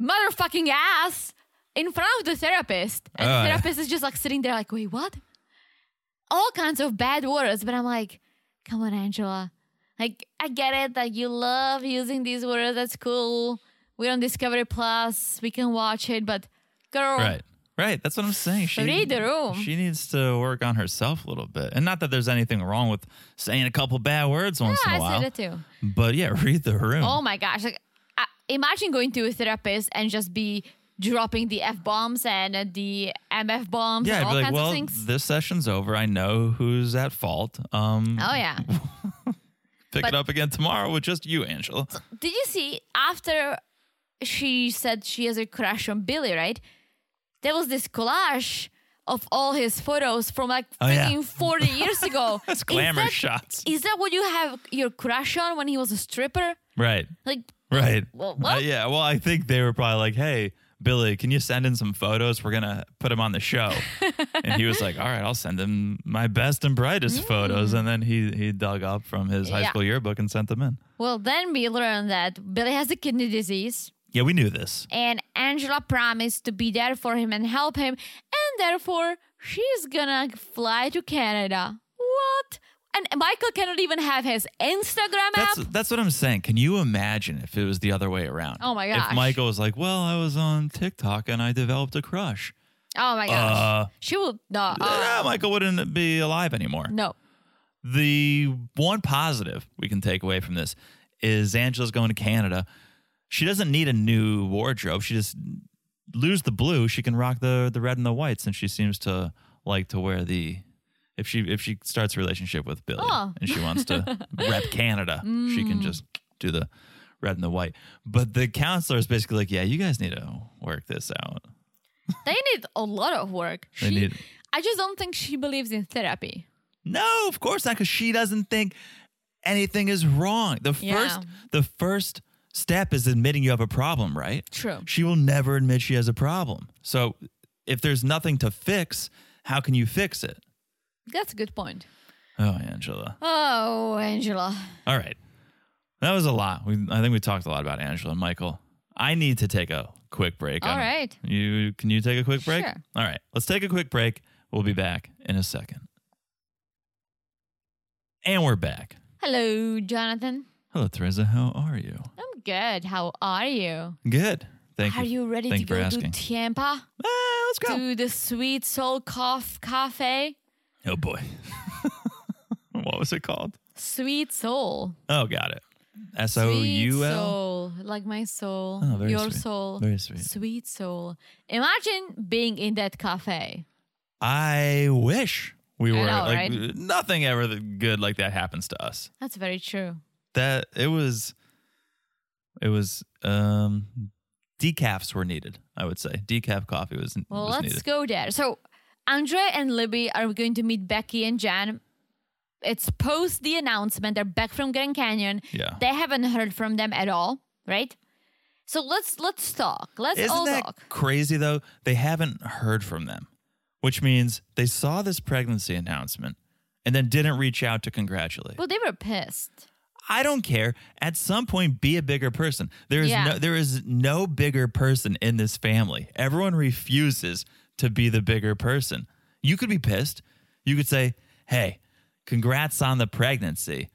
S2: motherfucking ass in front of the therapist. And
S1: Oh,
S2: the
S1: yeah.
S2: therapist is just like sitting there like, wait, what? All kinds of bad words. But I'm like, come on, Angela. Like, I get it that you love using these words. That's cool. We're on Discovery Plus. We can watch it. But girl,
S1: Right. Right, that's what I'm saying. She,
S2: Read Oh. the room.
S1: She needs to work on herself a little bit, and not that there's anything wrong with saying a couple bad words once in
S2: I
S1: a
S2: said
S1: while.
S2: it too.
S1: But yeah, read the room.
S2: Oh my gosh! Like, I, imagine going to a therapist and just be dropping the f bombs and uh, the mf bombs
S1: Yeah,
S2: and
S1: I'd
S2: all
S1: be like,
S2: kinds
S1: well,
S2: of things.
S1: this session's over. I know who's at fault. Um,
S2: Oh yeah!
S1: pick
S2: but-
S1: it up again tomorrow with just you, Angela.
S2: Did you see after she said she has a crush on Billy? Right? There was this collage of all his photos from like
S1: Oh, yeah.
S2: freaking forty years ago. That's
S1: Glamour
S2: is that,
S1: shots.
S2: Is that what you have your crush on when he was a stripper?
S1: Right,
S2: Like,
S1: right.
S2: Well, what?
S1: Uh, yeah, well, I think they were probably like, hey, Billy, can you send in some photos? We're going to put them on the show. and he was like, all right, I'll send him my best and brightest photos. And then he, he dug up from his high
S2: Mm. Yeah.
S1: school yearbook and sent them in.
S2: well, then we learned that Billy has a kidney disease.
S1: Yeah, we knew this.
S2: and Angela promised to be there for him and help him, and therefore she's gonna fly to Canada. What? And Michael cannot even have his Instagram
S1: That's
S2: app.
S1: that's what I'm saying. Can you imagine if it was the other way around?
S2: Oh my
S1: If
S2: gosh.
S1: Michael was like, "Well, I was on TikTok and I developed a crush,"
S2: Oh my gosh.
S1: Uh,
S2: she will no. uh,
S1: Yeah, Michael wouldn't be alive anymore.
S2: no.
S1: The one positive we can take away from this is Angela's going to Canada. She doesn't need a new wardrobe. She just lose the blue. She can rock the the red and the white since she seems to like to wear the. If she if she starts a relationship with Billy
S2: Oh.
S1: and she wants to rep Canada, she can just do the red and the white. But the counselor is basically like, "Yeah, you guys need to work this out."
S2: They need a lot of work.
S1: They
S2: She,
S1: need-
S2: I just don't think she believes in therapy.
S1: No, of course not, because she doesn't think anything is wrong. The
S2: Yeah.
S1: first the first step is admitting you have a problem, right?
S2: True.
S1: She will never admit she has a problem. So if there's nothing to fix, how can you fix it?
S2: That's a good point.
S1: Oh, Angela.
S2: Oh, Angela.
S1: All right. That was a lot. We, I think we talked a lot about Angela and Michael. I need to take a quick break.
S2: All
S1: All right.
S2: right.
S1: You can you take a quick break?
S2: Sure.
S1: All right. Let's take a quick break. We'll be back in a second. And we're back.
S2: Hello, Jonathan.
S1: Hello, Teresa. How are you?
S2: I'm good. How are you?
S1: Good. Thank
S2: are
S1: you.
S2: you ready
S1: Thank
S2: to
S1: you for
S2: go to
S1: asking.
S2: Tiempa?
S1: Ah, let's go.
S2: to the Sweet Soul Cough Cafe.
S1: Oh boy. what was it called?
S2: Sweet Soul.
S1: Oh, got it. S O
S2: Sweet
S1: U L.
S2: Soul. Like my soul.
S1: Oh, very
S2: your
S1: sweet.
S2: soul.
S1: Very sweet.
S2: Sweet Soul. Imagine being in that cafe.
S1: I wish we
S2: I
S1: were
S2: know,
S1: like
S2: right?
S1: nothing ever that good like that happens to us.
S2: That's very true.
S1: That it was it was um decafs were needed. I would say decaf coffee was,
S2: Well,
S1: was
S2: let's
S1: needed.
S2: go there. So, Andre and Libby are going to meet Becky and Jan. It's post the announcement. They're back from Grand Canyon.
S1: Yeah.
S2: They haven't heard from them at all, right? So let's let's talk. Let's all
S1: Isn't that
S2: talk.
S1: crazy though? They haven't heard from them, which means they saw this pregnancy announcement and then didn't reach out to congratulate.
S2: Well, they were pissed.
S1: I don't care. At some point, be a bigger person. There is
S2: Yeah.
S1: no there is no bigger person in this family. Everyone refuses to be the bigger person. You could be pissed. You could say, "Hey, congrats on the pregnancy.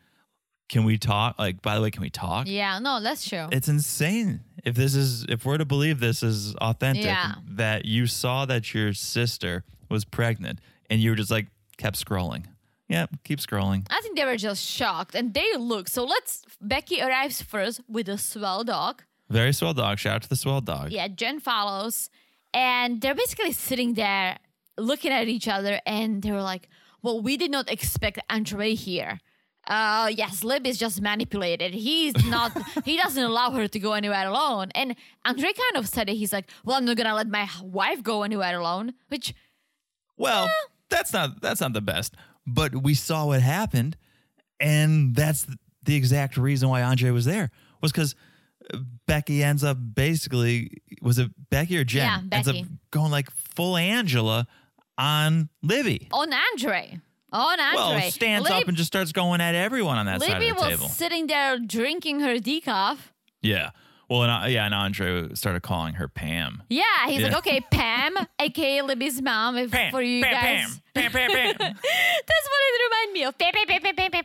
S1: Can we talk? Like, by the way, can we talk?"
S2: Yeah, no, let's show.
S1: It's insane. If this is if we're to believe this is authentic,
S2: Yeah.
S1: that you saw that your sister was pregnant and you were just like kept scrolling. Yeah, keep scrolling.
S2: I think they were just shocked and they look. So let's Becky arrives first with a swell dog.
S1: Very swell dog. Shout out to the swell dog.
S2: Yeah, Jen follows, and they're basically sitting there looking at each other, and they were like, "Well, we did not expect Andre here." Uh, yes, Lib is just manipulated. He's not. he doesn't allow her to go anywhere alone. And Andre kind of said it. He's like, "Well, I'm not gonna let my wife go anywhere alone," which
S1: Well, that's not that's not the best. But we saw what happened, and that's the exact reason why Andre was there was because Becky ends up basically was it Becky or Jen
S2: Yeah,
S1: ends up
S2: Becky.
S1: going like full Angela on Livy.
S2: on Andre, on Andre,
S1: Well, stands
S2: Lib-
S1: up and just starts going at everyone on that side
S2: Libby
S1: of the
S2: was
S1: table.
S2: sitting there drinking her decaf.
S1: Yeah. Well, and uh, yeah, and Andre started calling her Pam.
S2: Yeah, he's
S1: Yeah.
S2: like, okay, Pam, aka Libby's mom, if,
S1: Pam
S2: for you
S1: Pam,
S2: guys.
S1: Pam, Pam, Pam, Pam.
S2: That's what it reminded me of. Pam, Pam, Pam, Pam, Pam, Pam,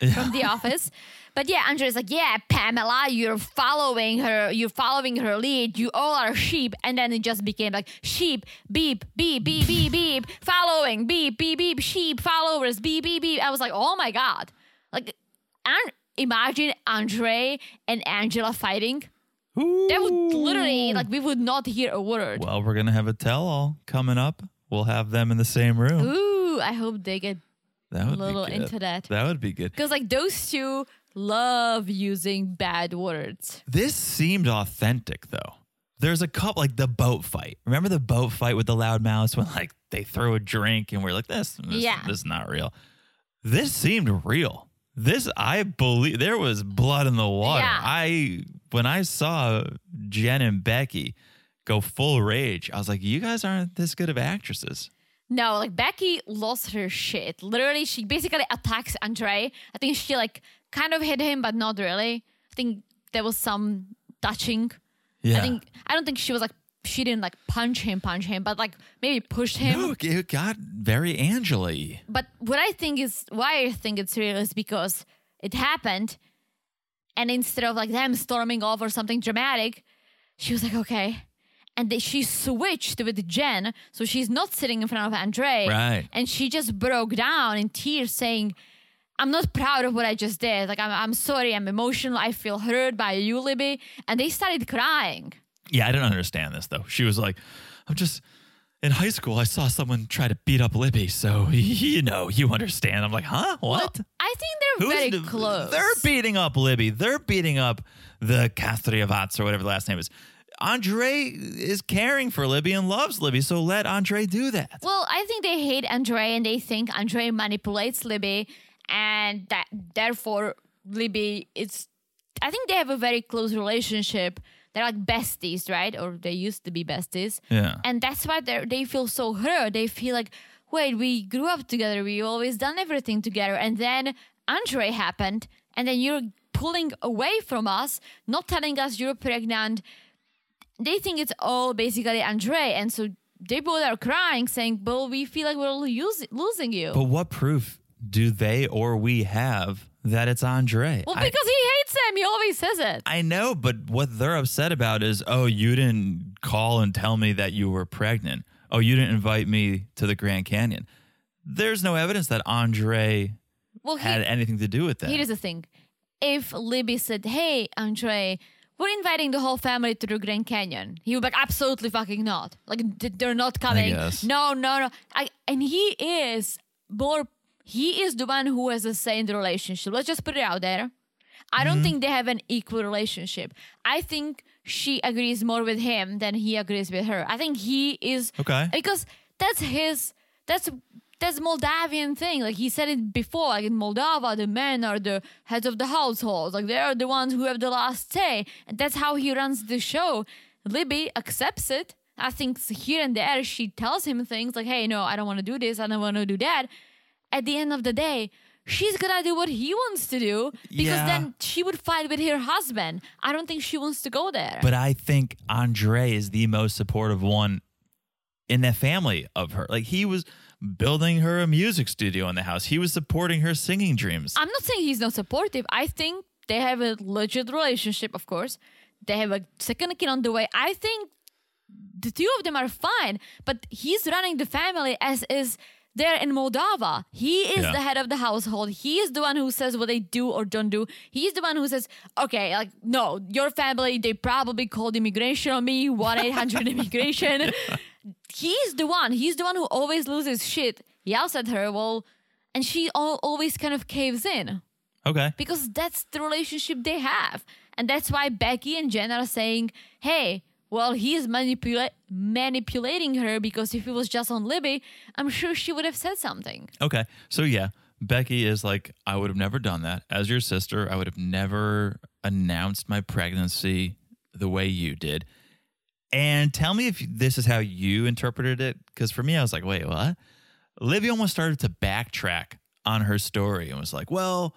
S2: Pam from The Office. But yeah, Andrea's like, yeah, Pamela, you're following her. You're following her lead. You all are sheep. And then it just became like sheep, beep, beep, beep, beep, beep, following, beep, beep, beep, sheep, followers, beep, beep, beep. I was like, oh my God. Like, and imagine Andre and Angela fighting. That would literally, like, we would not hear a word.
S1: Well, we're gonna have a tell-all coming up. We'll have them in the same room.
S2: Ooh, I hope they get
S1: that would
S2: little
S1: be good.
S2: into that.
S1: That would be good.
S2: Because like those two love using bad words.
S1: This seemed authentic though. There's a couple like the boat fight. Remember the boat fight with the loud mouse when like they throw a drink and we're like this, this
S2: Yeah.
S1: this is not real. This seemed real. This I believe there was blood in the water.
S2: Yeah.
S1: I when I saw Jen and Becky go full rage, I was like, you guys aren't this good of actresses.
S2: No, like Becky lost her shit. Literally, she basically attacks Andre. I think she like kind of hit him, but not really. I think there was some touching.
S1: Yeah.
S2: I think I don't think she was like she didn't like punch him, punch him, but like maybe pushed him.
S1: no, it got very Angela y.
S2: But what I think is why I think it's real is because it happened, and instead of like them storming off or something dramatic, she was like, okay. And then she switched with Jen, so she's not sitting in front of Andre.
S1: Right.
S2: And she just broke down in tears, saying, "I'm not proud of what I just did. Like, I'm, I'm sorry. I'm emotional. I feel hurt by you, Libby." And they started crying.
S1: Yeah, I didn't understand this though. She was like, I'm just in high school, I saw someone try to beat up Libby, so you know, you understand. I'm like, huh? What?
S2: Well, I think they're
S1: Who's
S2: very
S1: the-
S2: close.
S1: They're beating up Libby. They're beating up the Castriavats or whatever the last name is. Andre is caring for Libby and loves Libby, so let Andre do that.
S2: Well, I think they hate Andre and they think Andre manipulates Libby, and that therefore Libby is. I think they have a very close relationship. They're like besties, right? Or they used to be besties.
S1: Yeah.
S2: And that's why they they feel so hurt. They feel like, wait, we grew up together. We always done everything together, and then Andre happened, and then you're pulling away from us, not telling us you're pregnant, they think it's all basically Andre, and so they both are crying, saying, "Well, we feel like we're losing losing you."
S1: But what proof do they or we have that it's Andre?
S2: well,
S1: I-
S2: because he hates him, he always says it.
S1: I know, but what they're upset about is, oh, you didn't call and tell me that you were pregnant. Oh, you didn't invite me to the Grand Canyon. There's no evidence that Andre
S2: Well,
S1: had
S2: he,
S1: anything to do with that.
S2: here's the thing: if Libby said, "Hey, Andre, we're inviting the whole family to the Grand Canyon," he would be like, "Absolutely fucking not! Like th- they're not coming.
S1: guess.
S2: No, no, no." I, and he is more. He is the one who has a say in the
S1: Mm-hmm.
S2: relationship. Let's just put it out there. I don't think they have an equal relationship. I think she agrees more with him than he agrees with her. I think he is
S1: Okay.
S2: because that's his that's that's Moldavian thing. Like he said it before, like in Moldova, the men are the heads of the household. Like they are the ones who have the last say, and that's how he runs the show. Libby accepts it. I think here and there she tells him things like, "Hey, no, I don't want to do this. I don't want to do that." At the end of the day, she's gonna do what he wants to do because
S1: Yeah.
S2: then she would fight with her husband. I don't think she wants to go there.
S1: But I think Andre is the most supportive one in the family of her. Like he was building her a music studio in the house. He was supporting her singing dreams.
S2: I'm not saying he's not supportive. I think they have a legit relationship, of course. They have a second kid on the way. I think the two of them are fine, but he's running the family as is there in Moldova. He is
S1: Yeah.
S2: the head of the household. He is the one who says what they do or don't do. He's the one who says, okay, like, no, your family, they probably called immigration on me, 1 800 immigration. He's the one. He's the one who always loses shit, yells at her, well, and she al- always kind of caves in
S1: Okay.
S2: because that's the relationship they have. And that's why Becky and Jen are saying, hey, well, he is manipula- manipulating her because if it was just on Libby, I'm sure she would have said something.
S1: Okay. So yeah, Becky is like, I would have never done that. As your sister, I would have never announced my pregnancy the way you did. And tell me if this is how you interpreted it. Because for me, I was like, wait, what? Libby almost started to backtrack on her story and was like, well,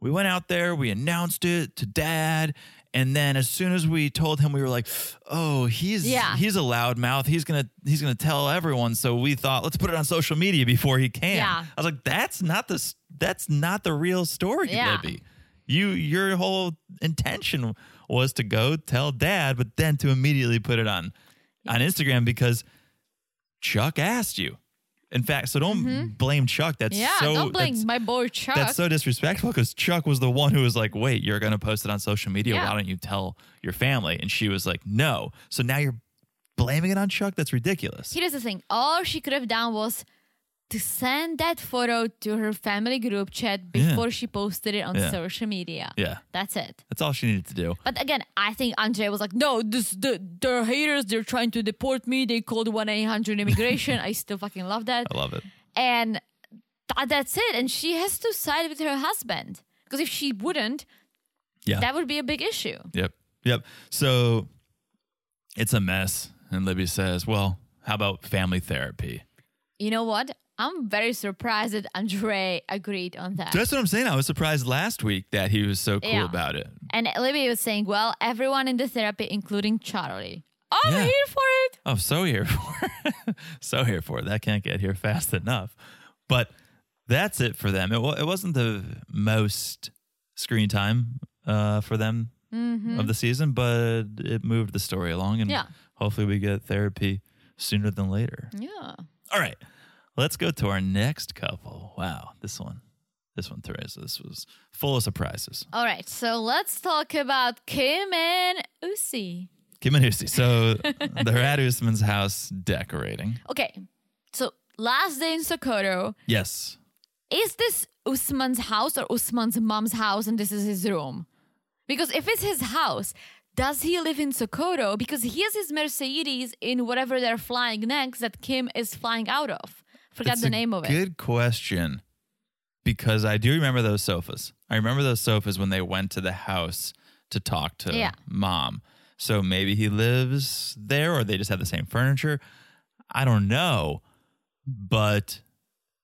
S1: we went out there, we announced it to dad. And then as soon as we told him, we were like, oh, he's
S2: Yeah.
S1: he's a loudmouth. He's gonna he's gonna tell everyone. So we thought, let's put it on social media before he can.
S2: Yeah.
S1: I was like, that's not the s- that's not the real story,
S2: Yeah.
S1: Libby. You your whole intention was to go tell dad, but then to immediately put it on on Instagram because Chuck asked you. In fact, so don't blame Chuck. That's
S2: Mm-hmm.
S1: so
S2: Yeah, don't blame
S1: that's,
S2: my boy Chuck.
S1: that's so disrespectful because Chuck was the one who was like, "Wait, you're going to post it on social media.
S2: Yeah.
S1: Why don't you tell your family?" And she was like, "No." So now you're blaming it on Chuck. That's ridiculous.
S2: Here's the thing all she could have done was to send that photo to her family group chat
S1: Yeah.
S2: before she posted it on
S1: Yeah.
S2: social media.
S1: yeah,
S2: That's it.
S1: that's all she needed to do.
S2: But again, I think Andre was like, no, this the they're haters. They're trying to deport me. They called one eight hundred immigration. I still fucking love that.
S1: I love it.
S2: And th- that's it. And she has to side with her husband because if she wouldn't,
S1: Yeah.
S2: that would be a big issue.
S1: Yep. Yep. So it's a mess. And Libby says, Well, how about family therapy?
S2: You know what? I'm very surprised that Andre agreed on that.
S1: That's what I'm saying. I was surprised last week that he was so cool
S2: Yeah.
S1: about it.
S2: and Olivia was saying, well, everyone in the therapy, including Charlie. I'm
S1: Yeah.
S2: here for it.
S1: I'm so here for it. so here for it. That can't get here fast enough. But that's it for them. It, wa- it wasn't the most screen time uh, for them of the season, but it moved the story along. And
S2: Yeah.
S1: hopefully we get therapy sooner than later.
S2: Yeah.
S1: All right, let's go to our next couple. Wow, this one, this one, Teresa, this was full of surprises.
S2: All right. So let's talk about Kim and Usi.
S1: Kim and Usi. So they're at Usman's house decorating.
S2: Okay. So last day in Sokoto,
S1: Yes.
S2: is this Usman's house or Usman's mom's house and this is his room? Because if it's his house, does he live in Sokoto? Because he has his Mercedes in whatever they're flying next that Kim is flying out of. Forgot
S1: That's
S2: the
S1: a
S2: name of it.
S1: Good question. Because I do remember those sofas. I remember those sofas when they went to the house to talk to
S2: Yeah.
S1: mom. So maybe he lives there or they just have the same furniture. I don't know. But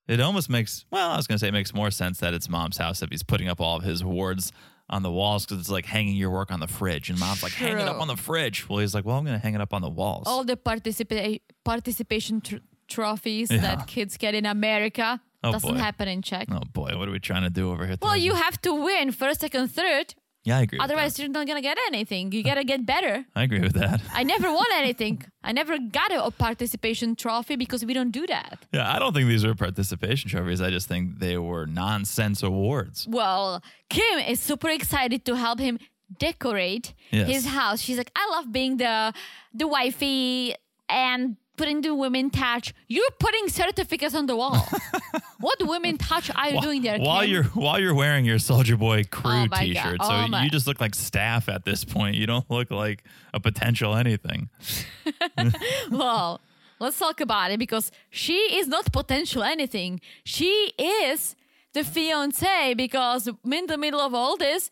S1: it almost makes, well, I was going to say it makes more sense that it's mom's house if he's putting up all of his awards on the walls because it's like hanging your work on the fridge. And mom's like, hang it up
S2: True.
S1: on the fridge. Well, he's like, well, I'm going to hang it up on the walls.
S2: All the participa- participation tr- trophies
S1: Yeah.
S2: that kids get in America
S1: Oh,
S2: doesn't
S1: boy.
S2: happen in Czech.
S1: oh boy, what are we trying to do over here?
S2: Well,
S1: Thursday?
S2: you have to win first, second, third.
S1: Yeah, I agree. with that.
S2: Otherwise, you're not going to get anything. You got to get better.
S1: I agree with that.
S2: I never won anything. I never got a participation trophy because we don't do that.
S1: Yeah, I don't think these were participation trophies. I just think they were nonsense awards.
S2: Well, Kim is super excited to help him decorate
S1: Yes.
S2: his house. She's like, I love being the the wifey and putting the women touch. You're putting certificates on the wall. what women touch are you
S1: Wh-
S2: doing there?
S1: while
S2: Kim?
S1: you're while you're wearing your Soldier Boy crew
S2: Oh my God.
S1: T-shirt,
S2: Oh
S1: so
S2: my-
S1: you just look like staff at this point. You don't look like a potential anything.
S2: well, let's talk about it because she is not potential anything. She is the fiance because in the middle of all this,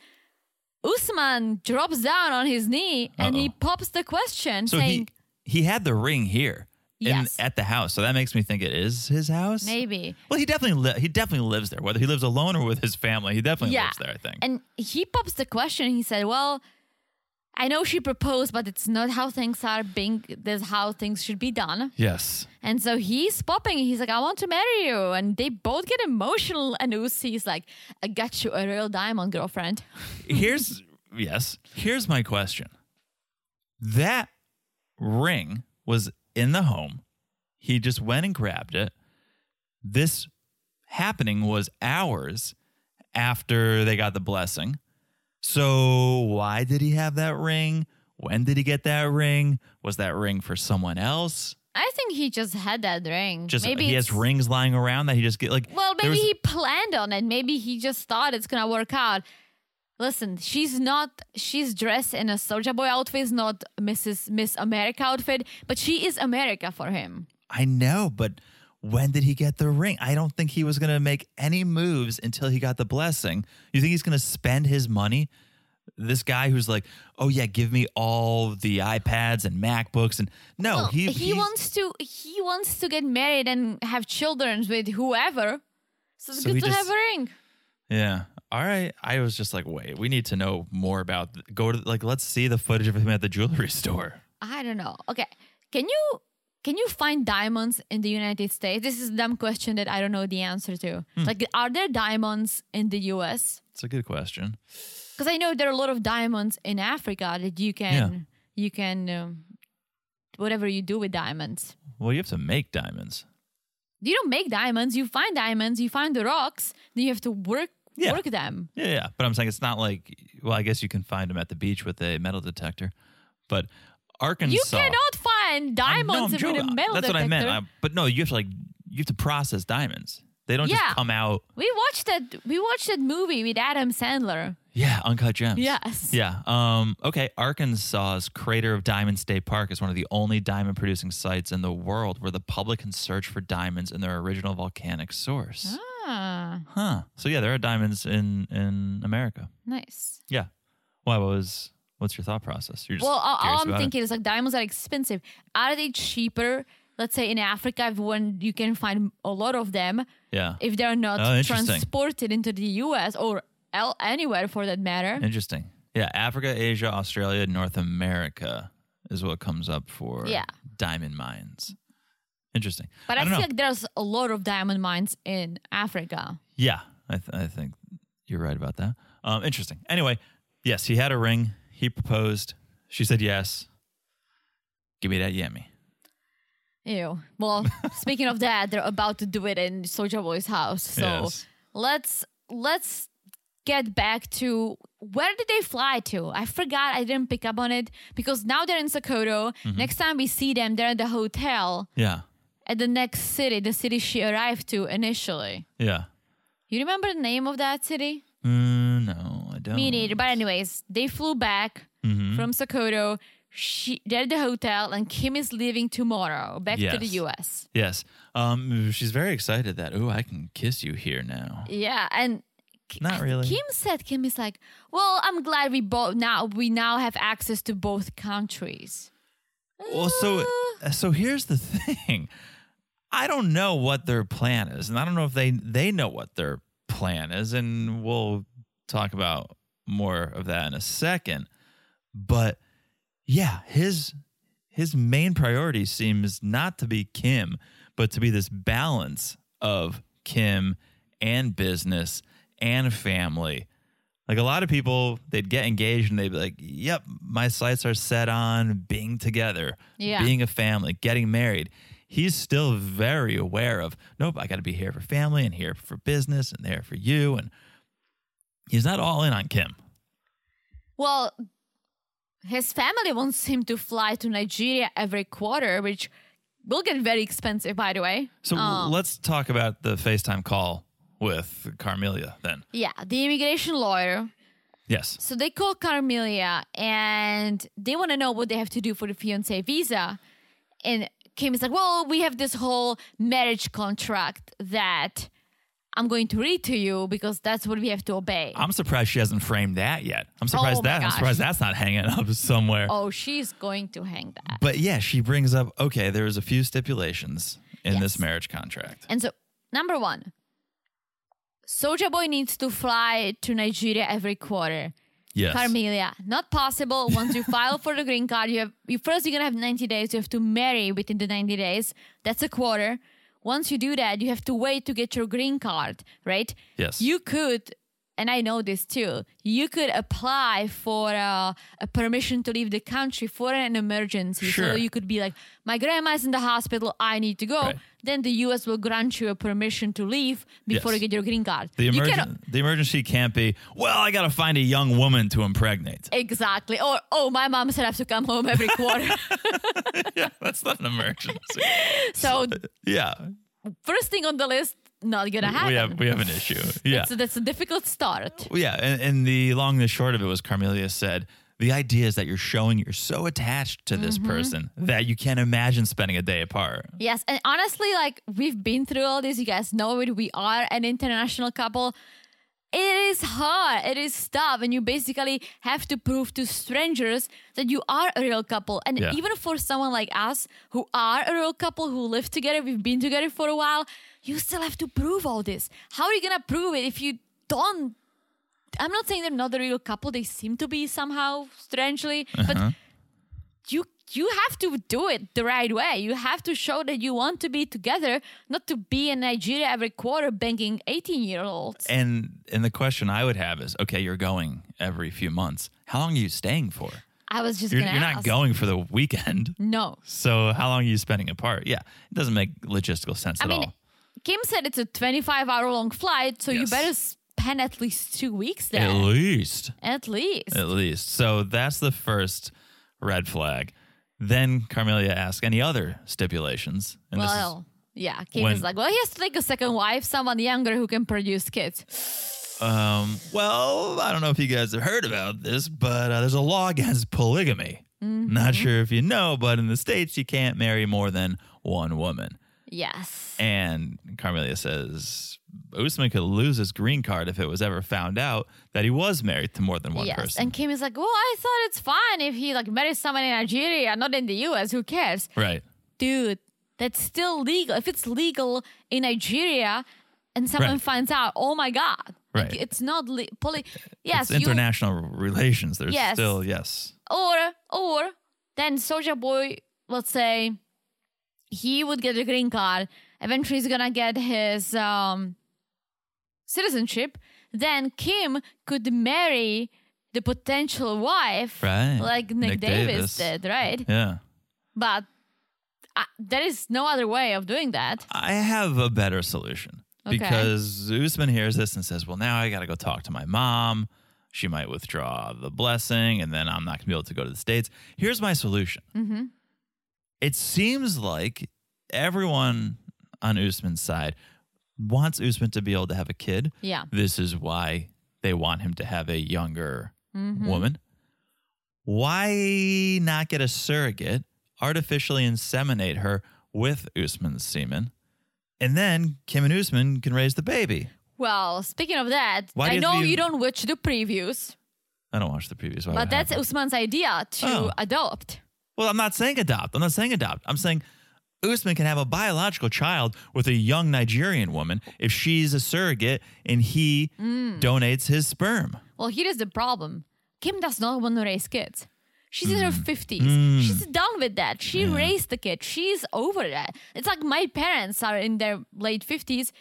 S2: Usman drops down on his knee and he
S1: Uh-oh.
S2: pops the question
S1: So
S2: saying,
S1: he he had the ring here in-
S2: Yes.
S1: at the house, so that makes me think it is his house.
S2: maybe.
S1: Well, he definitely li- he definitely lives there. Whether he lives alone or with his family, he definitely
S2: Yeah.
S1: lives there. I think.
S2: And he pops the question. He said, well, I know she proposed, but it's not how things are being, that's how things should be done.
S1: yes.
S2: And so he's popping. He's like, I want to marry you. And they both get emotional. And Uzi's like, I got you a real diamond, girlfriend. Hmm.
S1: Here's yes. Here's my question. That ring was in the home. He just went and grabbed it. This happening was hours after they got the blessing. So why did he have that ring? When did he get that ring? Was that ring for someone else?
S2: I think he just had that ring.
S1: Just
S2: maybe
S1: he
S2: it's-
S1: has rings lying around that he just get like
S2: Well,
S1: there
S2: maybe
S1: was-
S2: he planned on it. Maybe he just thought it's gonna work out. Listen, she's not. She's dressed in a soldier boy outfit, it's not Mrs. Miss America outfit, but she is America for him.
S1: I know, but when did he get the ring? I don't think he was going to make any moves until he got the blessing. You think he's going to spend his money? This guy who's like, oh yeah, give me all the iPads and MacBooks and no,
S2: Well,
S1: he, he's-
S2: wants to. He wants to get married and have children with whoever. So it's
S1: So he
S2: good to
S1: just-
S2: have a ring.
S1: Yeah. All right. I was just like, wait, we need to know more about. th- Go to like, let's see the footage of him at the jewelry store.
S2: I don't know. Okay, can you can you find diamonds in the United States? This is a dumb question that I don't know the answer to.
S1: Hmm.
S2: Like, are there diamonds in the U.S.?
S1: It's a good question.
S2: Because I know there are a lot of diamonds in Africa that you can you can um, whatever you do with diamonds.
S1: Well, you have to make diamonds.
S2: You don't make diamonds. You find diamonds. You find the rocks. Then you have to work
S1: Yeah.
S2: work them.
S1: Yeah, yeah. But I'm saying it's not like. Well, I guess you can find him at the beach with a metal detector, but Arkansas.
S2: You cannot find
S1: I'm- no,
S2: diamonds
S1: I'm
S2: with a
S1: joking.
S2: metal
S1: That's
S2: detector.
S1: what I meant. I- but no, you have to like you have to process diamonds. They don't
S2: Yeah.
S1: just come out.
S2: we watched that. We watched that movie with Adam Sandler.
S1: Yeah, uncut gems.
S2: Yes.
S1: Yeah. Um, okay. Arkansas's Crater of Diamond State Park is one of the only diamond producing sites in the world where the public can search for diamonds in their original volcanic source.
S2: Ah,
S1: Huh. So yeah, there are diamonds in in America.
S2: nice.
S1: Yeah. Why what was what's your thought process? You're just
S2: Well, all, all
S1: curious
S2: I'm
S1: about it.
S2: thinking is like diamonds are expensive. Are they cheaper? Let's say in Africa, when you can find a lot of them,
S1: Yeah.
S2: if they're not
S1: Oh, interesting.
S2: transported into the US or el- anywhere for that matter.
S1: Interesting. Yeah, Africa, Asia, Australia, North America is what comes up for
S2: Yeah.
S1: diamond mines. Interesting.
S2: But I,
S1: I don't
S2: feel
S1: know.
S2: like there's a lot of diamond mines in Africa.
S1: Yeah, I, th- I think you're right about that. Um, interesting. Anyway, yes, he had a ring. He proposed. She said yes. Give me that yummy.
S2: Ew. Well, speaking of that, they're about to do it in Soulja Boy's house. So
S1: Yes.
S2: let's let's get back to where did they fly to? I forgot. I didn't pick up on it because now they're in Sokoto.
S1: Mm-hmm.
S2: Next time we see them, they're at the hotel
S1: Yeah,
S2: at the next city, the city she arrived to initially.
S1: yeah.
S2: You remember the name of that city?
S1: Mm, no, Mm-hmm. I don't.
S2: Me neither. But anyways, they flew back from Sokoto. She, they're at the hotel, and Kim is leaving tomorrow back to the
S1: Yes.
S2: U.S.
S1: Yes. Um, she's very excited that oh, I can kiss you here now.
S2: Yeah, and K-
S1: Not really.
S2: Kim said, "Kim is like, well, I'm glad we both now we now have access to both countries." Uh,
S1: Well, so Uh, so here's the thing. I don't know what their plan is, and I don't know if they they know what their plan is, and we'll talk about more of that in a second. But yeah, his his main priority seems not to be Kim, but to be this balance of Kim and business and family. Like a lot of people, they'd get engaged and they'd be like, "Yep, my sights are set on being together,
S2: Yeah.
S1: being a family, getting married." He's still very aware of, "Nope, I got to be here for family and here for business and there for you." And he's not all in on Kim.
S2: Well, his family wants him to fly to Nigeria every quarter, which will get very expensive, by the way.
S1: So
S2: Oh.
S1: let's talk about the FaceTime call with Carmelia then.
S2: Yeah, the immigration lawyer.
S1: Yes.
S2: So they call Carmelia and they want to know what they have to do for the fiance visa. And Kim is like, Well, we have this whole marriage contract that I'm going to read to you because that's what we have to obey.
S1: I'm surprised she hasn't framed that yet. I'm surprised
S2: Oh my
S1: that I'm
S2: gosh.
S1: surprised that's not hanging up somewhere.
S2: oh, she's going to hang that.
S1: But yeah, she brings up okay, there's a few stipulations in this
S2: Yes.
S1: marriage contract.
S2: And so, number one, Soja Boy needs to fly to Nigeria every quarter.
S1: Yes.
S2: Carmelia, not possible. Once you file for the green card, you have you first you're gonna have 90 days. You have to marry within the 90 days. That's a quarter. Once you do that, you have to wait to get your green card, right?
S1: Yes.
S2: You could, and I know this too. You could apply for uh, a permission to leave the country for an emergency.
S1: Sure.
S2: So you could be like, my grandma's in the hospital. I need to go.
S1: Right.
S2: Then the U.S. will grant you a permission to leave before
S1: Yes.
S2: you get your green card.
S1: the,
S2: You
S1: emergen-
S2: cannot-
S1: the emergency can't be, well, I got to find a young woman to impregnate.
S2: Exactly. Or oh, my mom said I have to come home every quarter.
S1: yeah, that's not an emergency.
S2: so
S1: yeah.
S2: first thing on the list, not gonna happen.
S1: We have we have an issue. Yeah.
S2: So that's a difficult start.
S1: Well, yeah, and, and the long and the short of it was Carmelia said the idea is that you're showing you're so attached to
S2: Mm-hmm.
S1: this person that you can't imagine spending a day apart.
S2: Yes, and honestly, like we've been through all this. You guys know it. We are an international couple. It is hard. It is tough, and you basically have to prove to strangers that you are a real couple. And
S1: Yeah.
S2: even for someone like us, who are a real couple, who live together, we've been together for a while, you still have to prove all this. How are you gonna prove it if you don't I'm not saying they're not a real couple. They seem to be somehow, strangely,
S1: Uh-huh.
S2: but you you have to do it the right way. You have to show that you want to be together, not to be in Nigeria every quarter banging 18 year olds.
S1: And and the question I would have is, okay, you're going every few months. How long are you staying for?
S2: I was just
S1: You're,
S2: gonna
S1: you're
S2: ask.
S1: not going for the weekend.
S2: No,
S1: So how long are you spending apart? Yeah, it doesn't make logistical sense
S2: I
S1: at
S2: mean,
S1: all.
S2: Kim said it's a 25 hour long flight, so you
S1: Yes.
S2: better spend at least two weeks there.
S1: At least,
S2: at least.
S1: at least. So that's the first red flag. Then Carmelia asks any other stipulations. And this is-
S2: well, yeah. Kim
S1: when-
S2: is like, well, he has to take a second wife, someone younger who can produce kids.
S1: Um, well, I don't know if you guys have heard about this, but uh, there's a law against polygamy.
S2: Mm-hmm.
S1: Not sure if you know, but in the States, you can't marry more than one woman.
S2: Yes.
S1: And Carmelia says Usman could lose his green card if it was ever found out that he was married to more than one
S2: yes,
S1: person.
S2: and Kim is like, "Well, I thought it's fine if he like marries someone in Nigeria, not in the U.S. Who cares,
S1: right.
S2: dude? That's still legal. If it's legal in Nigeria, and someone
S1: Right.
S2: finds out, oh my god, like,
S1: Right.
S2: it's not le- poly. Yes,
S1: It's international relations. There's
S2: Yes.
S1: still, yes.
S2: you or or then Soja Boy, let's say, he would get a green card. Eventually, he's gonna get his um citizenship. Then Kim could marry the potential wife
S1: Right.
S2: like Nick, Davis, did, right?
S1: Yeah.
S2: But uh, there is no other way of doing that.
S1: I have a better solution
S2: Okay.
S1: because Usman hears this and says, "Well, now I got to go talk to my mom. She might withdraw the blessing, and then I'm not going to be able to go to the states." Here's my solution.
S2: Mm-hmm.
S1: It seems like everyone on Usman's side wants Usman to be able to have a kid.
S2: Yeah.
S1: This is why they want him to have a younger
S2: Mm-hmm.
S1: woman. Why not get a surrogate, artificially inseminate her with Usman's semen, and then Kim and Usman can raise the baby?
S2: Well, speaking of that,
S1: Why
S2: I
S1: did
S2: know
S1: we-
S2: you don't watch the previews,
S1: Oh, I don't watch the previous one.
S2: but that's Usman's idea to
S1: Oh.
S2: adopt.
S1: well, I'm not saying adopt. I'm not saying adopt. I'm saying Usman can have a biological child with a young Nigerian woman if she's a surrogate and he
S2: Mm.
S1: donates his sperm.
S2: Well, here is the problem Kim does not want to raise kids. She's in her 50s. She's done with that. She raised the kid. She's over that. It's like my parents are in their late 50s.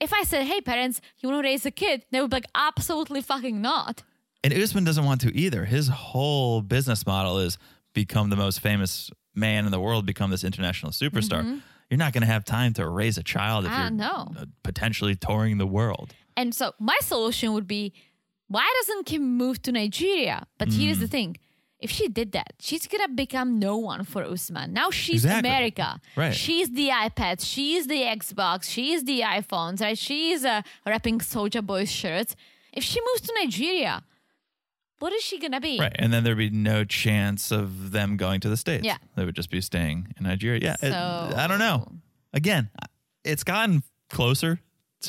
S2: If I said, hey, parents, you want to raise a kid? They would be like, absolutely fucking not.
S1: And Usman doesn't want to either. His whole business model is become the most famous man in the world, become this international superstar. You're not going to have time to raise a child if
S2: Mm-hmm. Ah,
S1: you're
S2: no.
S1: uh, potentially touring the world.
S2: And
S1: Mm.
S2: so my solution would be why doesn't Kim move to Nigeria? But here's the thing If she did that, she's gonna become no one for Usman. Now she's
S1: Exactly.
S2: America.
S1: Right.
S2: She's the iPads. She's the Xbox. She's the iPhones. Right. She's uh, wrapping Soja Boy shirts. If she moves to Nigeria, what is she gonna be?
S1: Right. And then there'd be no chance of them going to the States.
S2: Yeah.
S1: They would just be staying in Nigeria. Yeah. it-
S2: So-
S1: I don't know. Again, it's gotten closer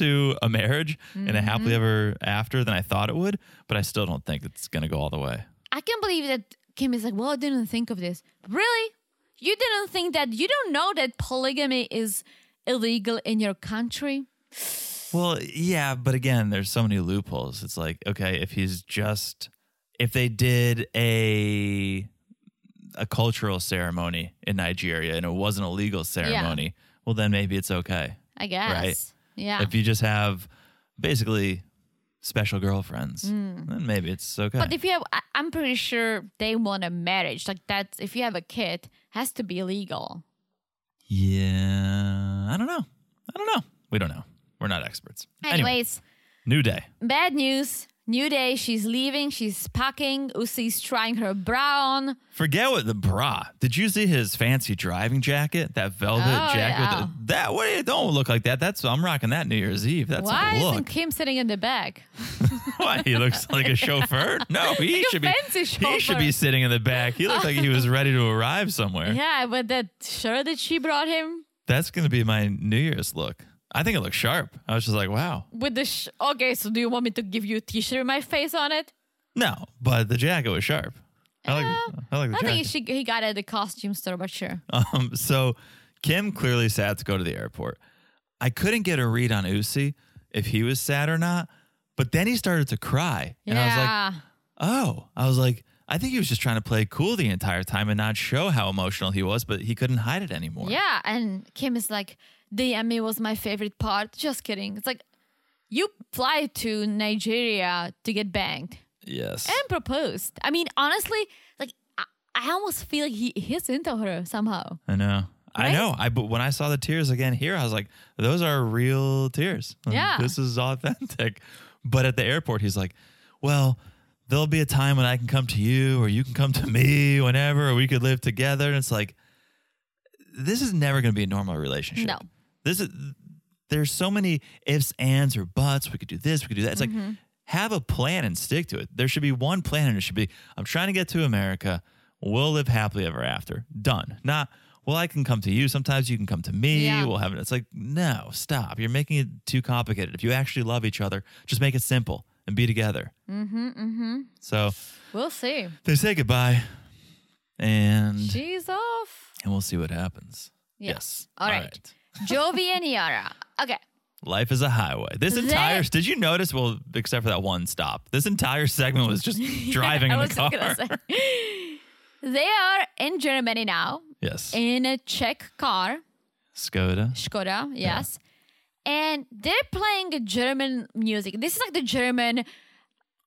S1: to a marriage and a happily
S2: Mm-hmm.
S1: ever after than I thought it would, but I still don't think it's going to go all the way.
S2: I can't believe that Kim is like, well, I didn't think of this. Really? You didn't think that? You don't know that polygamy is illegal in your country?
S1: Well, yeah, but again, there's so many loopholes. It's like, okay, if he's just if they did a a cultural ceremony in Nigeria and it wasn't a legal ceremony, well then maybe it's okay.
S2: I guess. Yeah.
S1: If you just have basically special girlfriends, then maybe it's okay.
S2: Hmm. but if you have, I, I'm pretty sure they want a marriage. Like that's, if you have a kid, has to be legal.
S1: yeah, I don't know. I don't know. We don't know. We're not experts. Anyway,
S2: Anyways,
S1: new day.
S2: bad news. New day, she's leaving, she's packing. Usi's trying her bra on.
S1: Forget what the bra. Did you see his fancy driving jacket? That velvet
S2: Oh,
S1: jacket.
S2: yeah.
S1: with the- that what? it Don't look like that. That's I'm rocking that New Year's Eve. That's
S2: Why
S1: a
S2: isn't
S1: look.
S2: Kim sitting in the back?
S1: Why he looks like a chauffeur? No, he
S2: Like a
S1: should be.
S2: fancy
S1: He should be
S2: chauffeur.
S1: sitting in the back. He looked like he was ready to arrive somewhere.
S2: Yeah, with that shirt that she brought him.
S1: That's gonna be my New Year's look. I think it looks sharp. I was just like, wow.
S2: with the sh- okay so do you want me to give you a t-shirt with my face on it
S1: No, but the jacket was sharp. I like. I like the
S2: i
S1: jacket.
S2: think she, he got it at the costume store but sure
S1: Um, so Kim clearly sad to go to the airport. I couldn't get a read on Usi if he was sad or not, but then he started to cry. And I was like,
S2: yeah
S1: oh, I was like, I think he was just trying to play cool the entire time and not show how emotional he was, but he couldn't hide it anymore.
S2: yeah and kim is like the emmy was my favorite part just kidding it's like you fly to nigeria to get banged
S1: Yes.
S2: and proposed i mean honestly like i, I almost feel like he, he's into her somehow
S1: I know. I
S2: Right?
S1: know. I but when I saw the tears again here, I was like, those are real tears. Like,
S2: Yeah.
S1: This is authentic. But at the airport, he's like, Well, there'll be a time when I can come to you or you can come to me whenever or we could live together. And it's like this is never gonna be a normal relationship.
S2: No.
S1: This is there's so many ifs, ands, or buts. We could do this, we could do that. It's
S2: Mm-hmm.
S1: like have a plan and stick to it. There should be one plan and it should be I'm trying to get to America. We'll live happily ever after. Done. Not well, I can come to you. Sometimes you can come to me.
S2: Yeah.
S1: We'll have it. It's like, no, stop. You're making it too complicated. If you actually love each other, just make it simple and be together. Mm-hmm. Mm-hmm. So
S2: we'll see
S1: they say goodbye and
S2: she's off
S1: and we'll see what happens.
S2: Yeah.
S1: Yes.
S2: All right. jovi and yara okay
S1: Life is a highway. This
S2: That-
S1: entire did you notice? Well, except for that one stop, this entire segment was just driving
S2: I
S1: in the
S2: was gonna
S1: car.
S2: say. they are in germany now
S1: Yes,
S2: in a Czech car,
S1: Skoda.
S2: Skoda, yes. And they're playing German music. This is like the German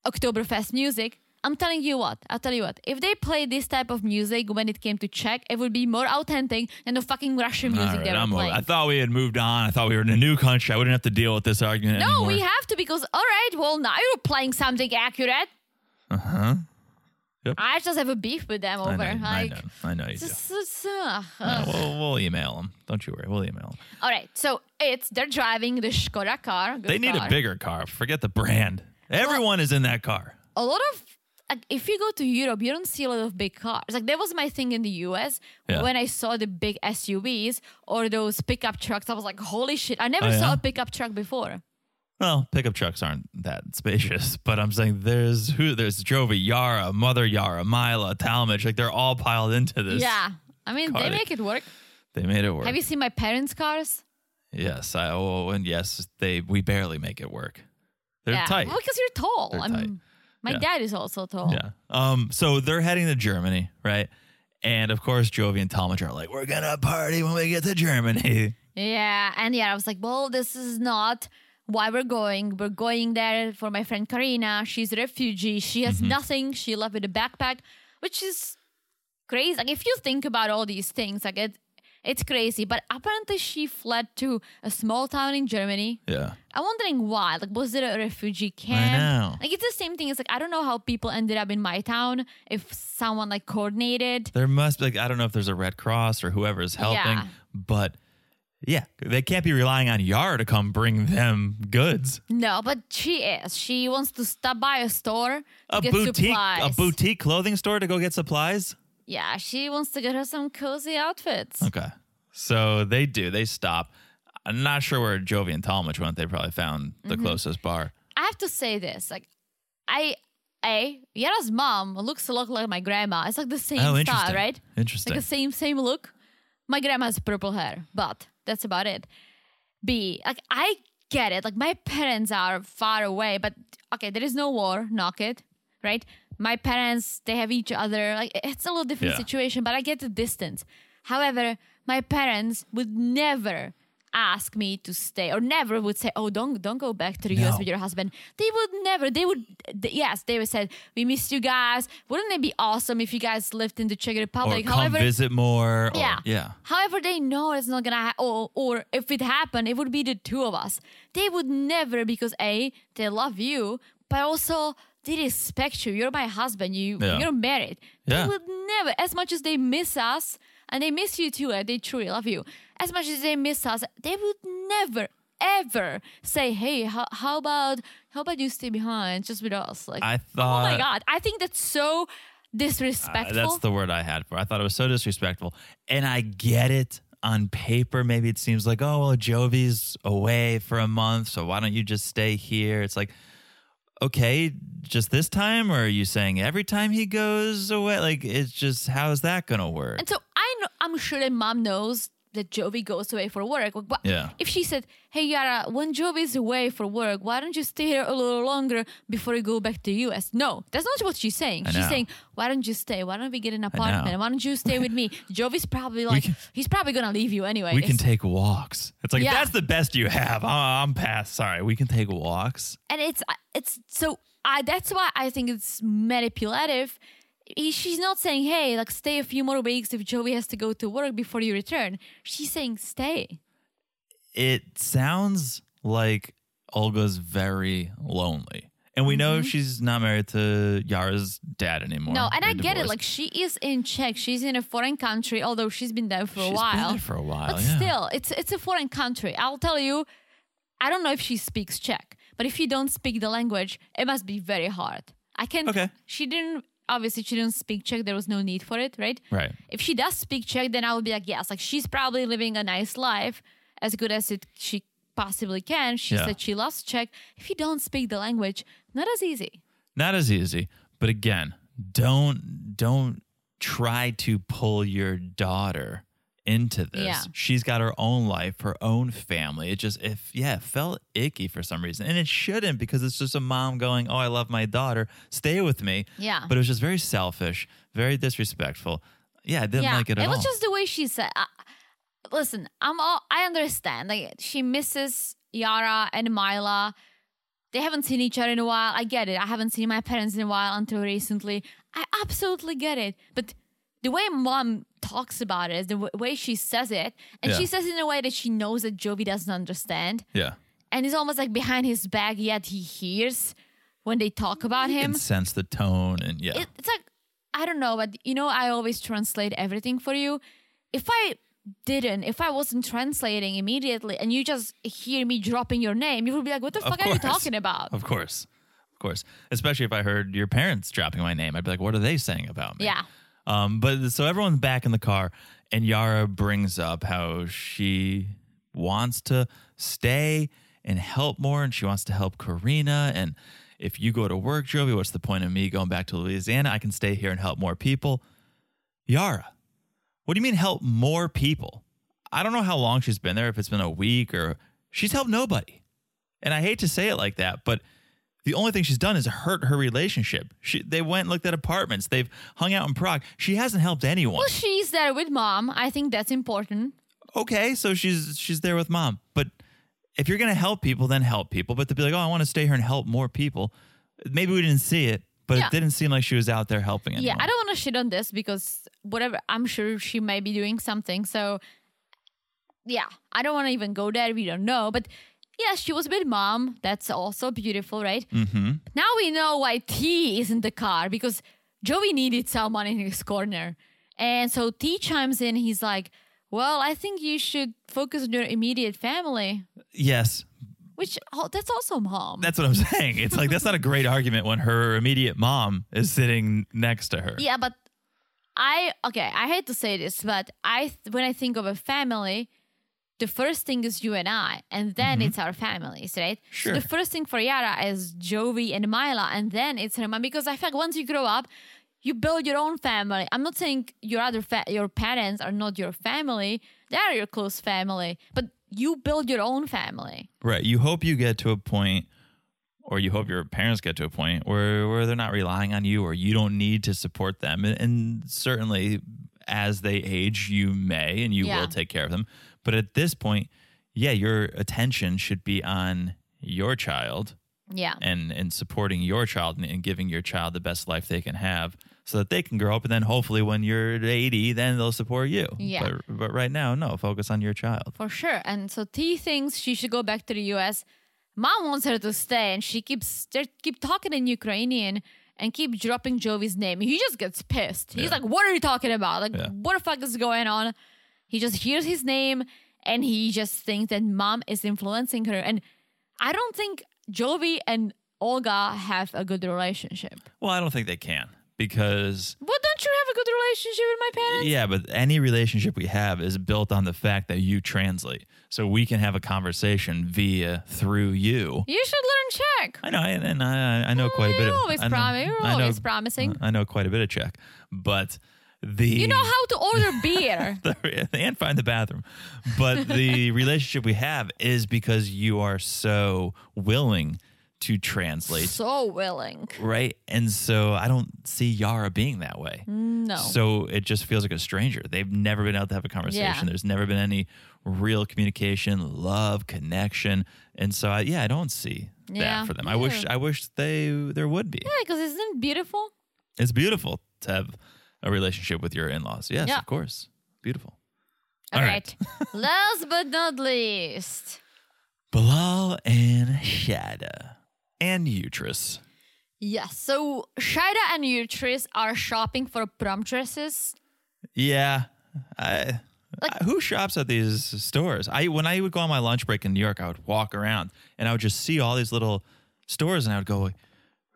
S2: Oktoberfest music. I'm telling you what, I'll tell you what. If they play this type of music when it came to Czech, it would be more authentic than the fucking Russian
S1: All
S2: music
S1: right,
S2: they were
S1: I'm over.
S2: playing.
S1: I thought we had moved on. I thought we were in a new country. I wouldn't have to deal with this argument
S2: no,
S1: anymore.
S2: we have to because, all right, well, now you're playing something accurate. Uh huh.
S1: Uh-huh. Yep.
S2: I just have a beef with them over.
S1: I know, I
S2: like,
S1: know, I know you do.
S2: this is, uh,
S1: No, we'll, we'll email them. Don't you worry. We'll email them.
S2: All right, so it's they're driving the Skoda car. good
S1: They need
S2: car.
S1: a bigger car. Forget the brand. Everyone is in that car.
S2: A lot of like, if you go to Europe, you don't see a lot of big cars. Like that was my thing in the U.S.
S1: Yeah.
S2: when I saw the big SUVs or those pickup trucks. I was like, holy shit! I never
S1: Oh,
S2: saw
S1: yeah?
S2: a pickup truck before.
S1: Well, pickup trucks aren't that spacious, but I'm saying there's who there's Jovi, Yara, Mother Yara, Mila, Talmadge. Like they're all piled into this.
S2: yeah, I mean they
S1: car-
S2: make it work.
S1: They made it work.
S2: Have you seen my parents' cars?
S1: Yes, I oh, and yes, they we barely make it work. They're
S2: yeah,
S1: tight.
S2: Well, because you're tall.
S1: They're
S2: I'm,
S1: tight.
S2: My
S1: Yeah.
S2: dad is also tall.
S1: Yeah. Um. So they're heading to Germany, right? And of course, Jovi and Talmadge are like, "We're gonna party when we get to Germany."
S2: Yeah, and yeah, I was like, well, this is not why we're going. We're going there for my friend Karina. She's a refugee. She has nothing. She left with a backpack, which is crazy. Like if you think about all these things, like it, It's crazy. But apparently, she fled to a small town in Germany.
S1: Yeah.
S2: I'm wondering why. Like, was it a refugee
S1: know.
S2: camp? Like, it's the same thing. It's like I don't know how people ended up in my town. If someone like coordinated,
S1: There must be like I don't know if there's a Red Cross or whoever is helping,
S2: Yeah.
S1: but yeah, they can't be relying on Yar to come bring them goods.
S2: no. But she is. She wants to stop by a store to
S1: A
S2: get
S1: boutique,
S2: supplies.
S1: a boutique clothing store to go get supplies.
S2: Yeah, she wants to get her some cozy outfits.
S1: Okay, so they do. They stop. I'm not sure where Jovi and Talmadge went. They probably found the
S2: Mm-hmm.
S1: closest bar.
S2: I have to say this. Like, I, A, Yara's mom looks a lot like my grandma. It's like the same
S1: oh,
S2: style,
S1: interesting.
S2: right?
S1: Interesting.
S2: Like the same, same look. My grandma has purple hair, but that's about it. B, like, I get it. Like, my parents are far away, but okay, there is no war, knock it, right? My parents, they have each other. Like, it's a little different
S1: Yeah.
S2: situation, but I get the distance. However, my parents would never ask me to stay or never would say oh don't don't go back to the
S1: No.
S2: us with your husband they would never they would th- yes they would said we missed you guys wouldn't it be awesome if you guys lived in the czech
S1: or
S2: republic
S1: come
S2: however
S1: visit more. Or,
S2: yeah.
S1: yeah.
S2: However, they know it's not gonna ha- or or if it happened, it would be the two of us. They would never because a they love you, but also they respect you. You're my husband. You
S1: Yeah.
S2: you're married.
S1: Yeah.
S2: They would never, as much as they miss us and they miss you too, and they truly love you. As much as they miss us, they would never ever say, "Hey, how, how about how about you stay behind just with us?" Like,
S1: I
S2: oh
S1: thought.
S2: my god, I think that's so
S1: Uh,
S2: disrespectful.
S1: That's the word I had for. it. I thought it was so disrespectful, and I get it. On paper, maybe it seems like, oh, well, Jovi's away for a month, so why don't you just stay here? It's like, okay, just this time, or are you saying every time he goes away? Like, it's just, how is that going to work?
S2: And so I know, I'm sure that mom knows that Jovi goes away for work. Like, wha-
S1: Yeah.
S2: If she said, "Hey Yara, when Jovi's away for work, why don't you stay here a little longer before you go back to U.S.?" No, that's not what she's saying.
S1: I know.
S2: She's saying, "Why don't you stay? Why don't we get an apartment? Why don't you stay with me?" Jovi's probably like,
S1: can-
S2: he's probably gonna leave you anyway.
S1: We can take walks. It's like,
S2: Yeah.
S1: that's the best you have. Oh, I'm past. Sorry, we can take walks.
S2: and it's it's so I that's why I think it's manipulative. He- She's not saying, "Hey, like stay a few more weeks if Jovi has to go to work before you return." She's saying, "Stay."
S1: it sounds like Olga's very lonely. And we know she's not married to Yara's dad anymore.
S2: Mm-hmm. No, and
S1: They're
S2: I get it.
S1: divorced.
S2: Like she is in Czech. She's in a foreign country, although she's been there for
S1: She's
S2: a
S1: been
S2: while.
S1: there for a while,
S2: but
S1: yeah.
S2: still, it's it's a foreign country. I'll tell you, I don't know if she speaks Czech, but if you don't speak the language, it must be very hard. I can't.
S1: Okay.
S2: She didn't. Obviously, she didn't speak Czech. There was no need for it, right?
S1: Right.
S2: If she does speak Czech, then I would be like, yes, like she's probably living a nice life, as good as it she possibly can. She
S1: Yeah.
S2: said she loves Czech. If you don't speak the language, not as easy.
S1: not as easy. But again, don't don't try to pull your daughter into this.
S2: Yeah.
S1: She's got her own life, her own family. It just if yeah, it felt icky for some reason. And it shouldn't because it's just a mom going, "Oh, I love my daughter. Stay with me."
S2: Yeah.
S1: But it was just very selfish, very disrespectful. Yeah, I didn't like it at
S2: was
S1: all.
S2: just the way she said. I, listen, I'm all. I understand. Like she misses Yara and Mila. They haven't seen each other in a while. I get it. I haven't seen my parents in a while until recently. I absolutely get it. But the way mom talks about it, the w- way she says it, and she
S1: Yeah.
S2: says it in a way that she knows that Jovi doesn't understand,
S1: yeah.
S2: and it's almost like behind his back, yet he hears when they talk about
S1: You
S2: him
S1: can sense the tone and yeah.
S2: it, it's like I don't know, but you know, I always translate everything for you. If I didn't, if I wasn't translating immediately, and you just hear me dropping your name, you would be like, "What the
S1: Of
S2: fuck are you
S1: course.
S2: talking about?"
S1: Of course. Of course. Especially if I heard your parents dropping my name, I'd be like, what are they saying about me?
S2: Yeah.
S1: Um, but so everyone's back in the car, and Yara brings up how she wants to stay and help more, and she wants to help Karina. And if you go to work, Jovi, what's the point of me going back to Louisiana? I can stay here and help more people. Yara, what do you mean help more people? I don't know how long she's been there, if it's been a week or she's helped nobody. And I hate to say it like that, but the only thing she's done is hurt her relationship. She, they went and looked at apartments. They've hung out in Prague. She hasn't helped anyone.
S2: Well, she's there with mom. I think that's important.
S1: okay, so she's she's there with mom. But if you're gonna help people, then help people. But to be like, oh, I want to stay here and help more people. Maybe we didn't see it, but
S2: Yeah.
S1: it didn't seem like she was out there helping anyone.
S2: Yeah, I don't want to shit on this because whatever, I'm sure she may be doing something. So yeah, I don't want to even go there. We don't know. But yeah, she was with mom. That's also beautiful, right?
S1: Mm-hmm.
S2: Now we know why T is in the car because Joey needed someone in his corner. And so T chimes in. He's like, well, I think you should focus on your immediate family,
S1: Yes,
S2: which oh, that's also mom.
S1: that's what I'm saying. It's like that's not a great argument when her immediate mom is sitting next to her.
S2: Yeah, but I okay, I hate to say this, but I th- when I think of a family, the first thing is you and I, and then it's our families, right?
S1: Sure.
S2: So the first thing for Yara is Jovi and Mila, and then it's her mom because I feel like once you grow up, you build your own family. I'm not saying your other fa- your parents are not your family; they are your close family, but you build your own family.
S1: Right. You hope you get to a point or you hope your parents get to a point where, where they're not relying on you or you don't need to support them. And, and certainly as they age, you may and you
S2: Yeah.
S1: will take care of them. But at this point, yeah, your attention should be on your child
S2: Yeah.
S1: and, and supporting your child and, and giving your child the best life they can have so that they can grow up. And then hopefully when you're 80, then they'll support you.
S2: Yeah.
S1: But, but right now, no, focus on your child.
S2: For sure. And so T thinks she should go back to the US. Mom wants her to stay and she keeps they keep talking in Ukrainian and keep dropping Jovi's name. He just gets pissed. He's
S1: Yeah.
S2: like, What are you talking about? Like
S1: Yeah.
S2: what the fuck is going on? He just hears his name and he just thinks that mom is influencing her. And I don't think Jovi and Olga have a good relationship.
S1: Well, I don't think they can because
S2: Well, don't you have a good relationship with my parents?
S1: Yeah, but any relationship we have is built on the fact that you translate. So we can have a conversation via through you.
S2: You should learn Czech.
S1: I know, and and I, I know quite a bit.
S2: You're
S1: of,
S2: always
S1: I know,
S2: promi- you're
S1: I know-
S2: always promising.
S1: I know quite a bit of Czech, but the
S2: You know how to order beer.
S1: and find the bathroom, but the relationship we have is because you are so willing to translate,
S2: so willing.
S1: right? And so I don't see Yara being that way.
S2: Mm, No.
S1: So it just feels like a stranger. They've never been out to have a conversation.
S2: Yeah.
S1: There's never been any real communication, love, connection. And so I, yeah, I don't see
S2: Yeah.
S1: that for them. I wish
S2: Yeah.
S1: I wish they there would be.
S2: yeah, because isn't it beautiful?
S1: It's beautiful to have a relationship with your in-laws. Yes,
S2: Yeah.
S1: of course. Beautiful.
S2: All
S1: All
S2: right. Last but not least,
S1: Bilal and Shada and Utris.
S2: yes. So Shida and Utris are shopping for prom dresses.
S1: Yeah. I, I- who shops at these stores? I when I would go on my lunch break in New York, I would walk around and I would just see all these little stores, and I would go, like,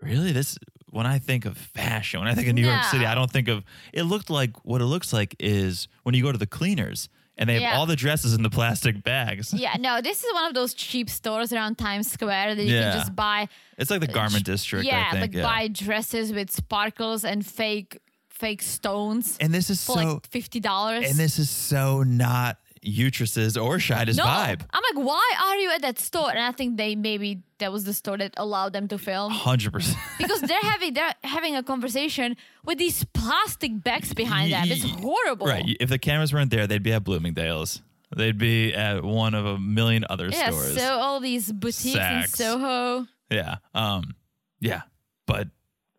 S1: "Really? This?" When I think of fashion, when I think of New York City,
S2: No.
S1: I don't think of it. Looked like what it looks like is when you go to the cleaners and they
S2: Yeah.
S1: have all the dresses in the plastic bags.
S2: Yeah. No, this is one of those cheap stores around Times Square that you
S1: Yeah.
S2: can just buy.
S1: It's like the garment district.
S2: yeah,
S1: I think.
S2: like buy dresses with sparkles and fake fake stones
S1: And this is
S2: for
S1: so.
S2: like fifty dollars.
S1: and this is so not Utris's or Shida's
S2: no,
S1: vibe.
S2: I'm like, why are you at that store? And I think they maybe that was the store that allowed them to film.
S1: Hundred percent.
S2: because they're having they're having a conversation with these plastic bags behind them. It's
S1: Ye-
S2: horrible.
S1: Right. If the cameras weren't there, they'd be at Bloomingdale's. They'd be at one of a million other
S2: Yeah.
S1: stores.
S2: So all these boutiques
S1: Saks.
S2: in Soho.
S1: yeah. Um, yeah. But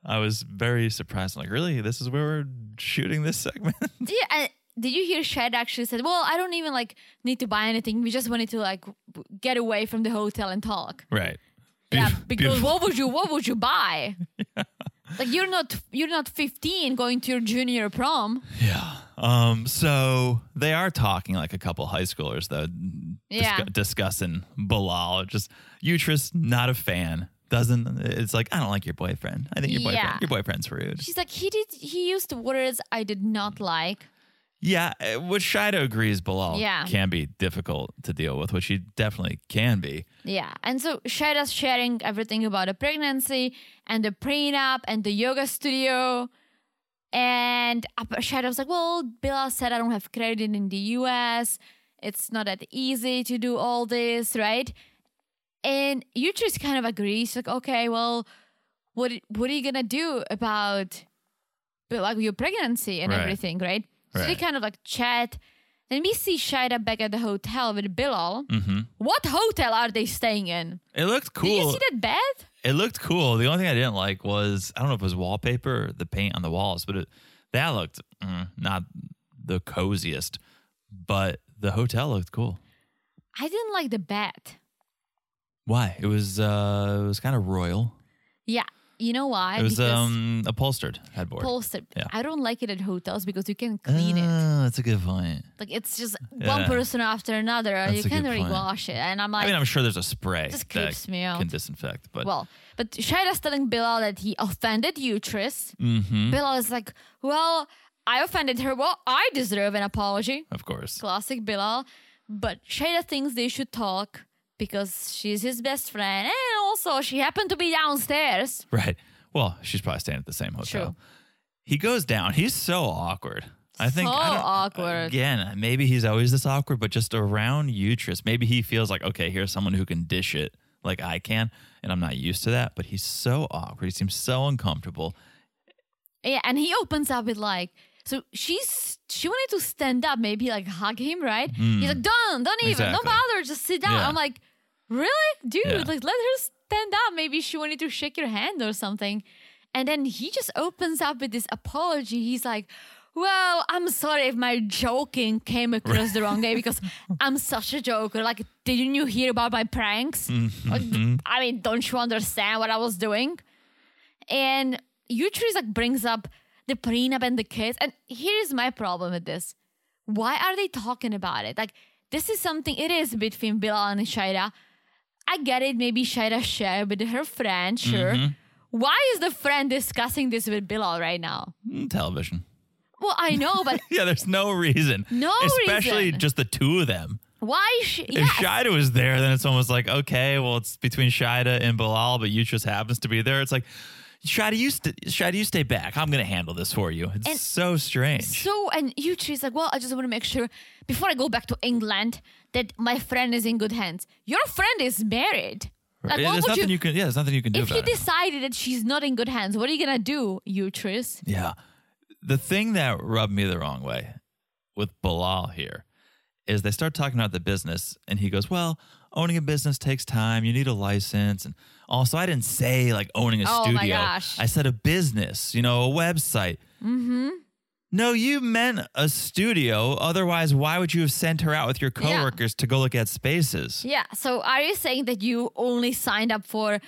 S1: I was very surprised. I'm like, really? This is where we're shooting this segment?
S2: Yeah. And did you hear Shed actually said, "Well, I don't even like need to buy anything. We just wanted to like w- get away from the hotel and talk."
S1: right.
S2: Yeah.
S1: Beaut-
S2: Because
S1: beautiful.
S2: what would you what would you buy? Like you're not you're not 15 going to your junior prom.
S1: Yeah. Um, so they are talking like a couple high schoolers though, discu-
S2: Yeah.
S1: discussing Bilal. Just Utris, not a fan. Doesn't it's like I don't like your boyfriend. I think your boyfriend
S2: Yeah.
S1: your boyfriend's rude.
S2: She's like he did he used words I did not like.
S1: Yeah, uh, which Shida agrees, Bilal
S2: Yeah.
S1: can be difficult to deal with, which he definitely can be.
S2: Yeah. And so Shada's sharing everything about the pregnancy and the prenup and the yoga studio. And Shada's like, well, Bella said I don't have credit in the US. It's not that easy to do all this, right? And Yutri's kind of agrees, like, okay, well, what what are you gonna do about but like your pregnancy and
S1: Right.
S2: everything, right? So they
S1: Right.
S2: kind of like chat. Then we see Shida back at the hotel with Bilal.
S1: hmm
S2: What hotel are they staying in?
S1: It looked
S2: Did you
S1: cool.
S2: see that bed?
S1: It looked cool. The only thing I didn't like was I don't know if it was wallpaper or the paint on the walls, but it, that looked mm, not the coziest. But The hotel looked cool.
S2: I didn't like the bed.
S1: Why? It was uh it was kind of royal.
S2: Yeah, you know why?
S1: It was
S2: Because
S1: um upholstered headboard.
S2: upholstered.
S1: yeah.
S2: I don't like it at hotels because you can clean it.
S1: Oh, that's a good point.
S2: Like it's just
S1: Yeah.
S2: one person after another.
S1: That's a
S2: you can't
S1: good
S2: really
S1: point.
S2: wash it, and I'm like,
S1: I mean, I'm sure there's a spray
S2: Just
S1: that
S2: creeps me out.
S1: can disinfect, but
S2: well, but Shaida's telling Bilal that he offended Utris.
S1: Mhm.
S2: Bilal is like, well, I offended her. Well, I deserve an apology.
S1: of course.
S2: Classic Bilal. But Shaida thinks they should talk because she's his best friend, and also she happened to be downstairs.
S1: Right. Well, she's probably staying at the same hotel.
S2: True.
S1: He goes down. He's so awkward. I think
S2: So
S1: I don't-
S2: awkward.
S1: Again, maybe he's always this awkward, but just around Utris, maybe he feels like, okay, here's someone who can dish it like I can, and I'm not used to that. But he's so awkward. He seems so uncomfortable.
S2: Yeah, and he opens up with like, so she's she wanted to stand up, maybe like hug him, right? He's like, don't, don't even, don't
S1: Hmm. Exactly.
S2: bother, just sit down.
S1: Yeah.
S2: I'm like, really, dude?
S1: Yeah.
S2: Like, let her stand up. Maybe she wanted to shake your hand or something. And then he just opens up with this apology. He's like, well, I'm sorry if my joking came across the wrong way because I'm such a joker. Like, didn't you hear about my pranks? Like, I mean, don't you understand what I was doing? and Yutris like brings up the prenup and the kids. And here is my problem with this: Why are they talking about it? Like this is something it is between Bilal and Shaira. I get it. Maybe Shaira shared with her friend, sure.
S1: Mm-hmm.
S2: Why is the friend discussing this with Bilal right now?
S1: Mm, Television.
S2: Well, I know, but
S1: Yeah, there's no reason.
S2: No
S1: Especially
S2: reason.
S1: just the two of them.
S2: why? is She,
S1: If
S2: yes.
S1: Shida was there, then it's almost like, okay, well, it's between Shida and Bilal, but you just happens to be there. It's like, Shida, you, st- Shida, you stay back. I'm going to handle this for you. It's
S2: And-
S1: so strange.
S2: So and Yuchi's like, well, I just want to make sure before I go back to England that my friend is in good hands. Your friend is married. Like,
S1: Yeah,
S2: what
S1: there's
S2: would
S1: nothing you, can. Yeah, there's nothing you can do
S2: if
S1: about
S2: you
S1: it.
S2: decided that she's not in good hands, what are you gonna do, Utris?
S1: Yeah. The thing that rubbed me the wrong way with Bilal here is they start talking about the business, and he goes, Well, owning a business takes time. You need a license. And also, I didn't say like owning a
S2: Oh, my
S1: studio.
S2: gosh.
S1: I said a business, you know, a website. Mm-hmm. No, you meant a studio. Otherwise, why would you have sent her out with your
S2: Yeah.
S1: coworkers to go look at spaces?
S2: Yeah. So are you saying that you only signed up for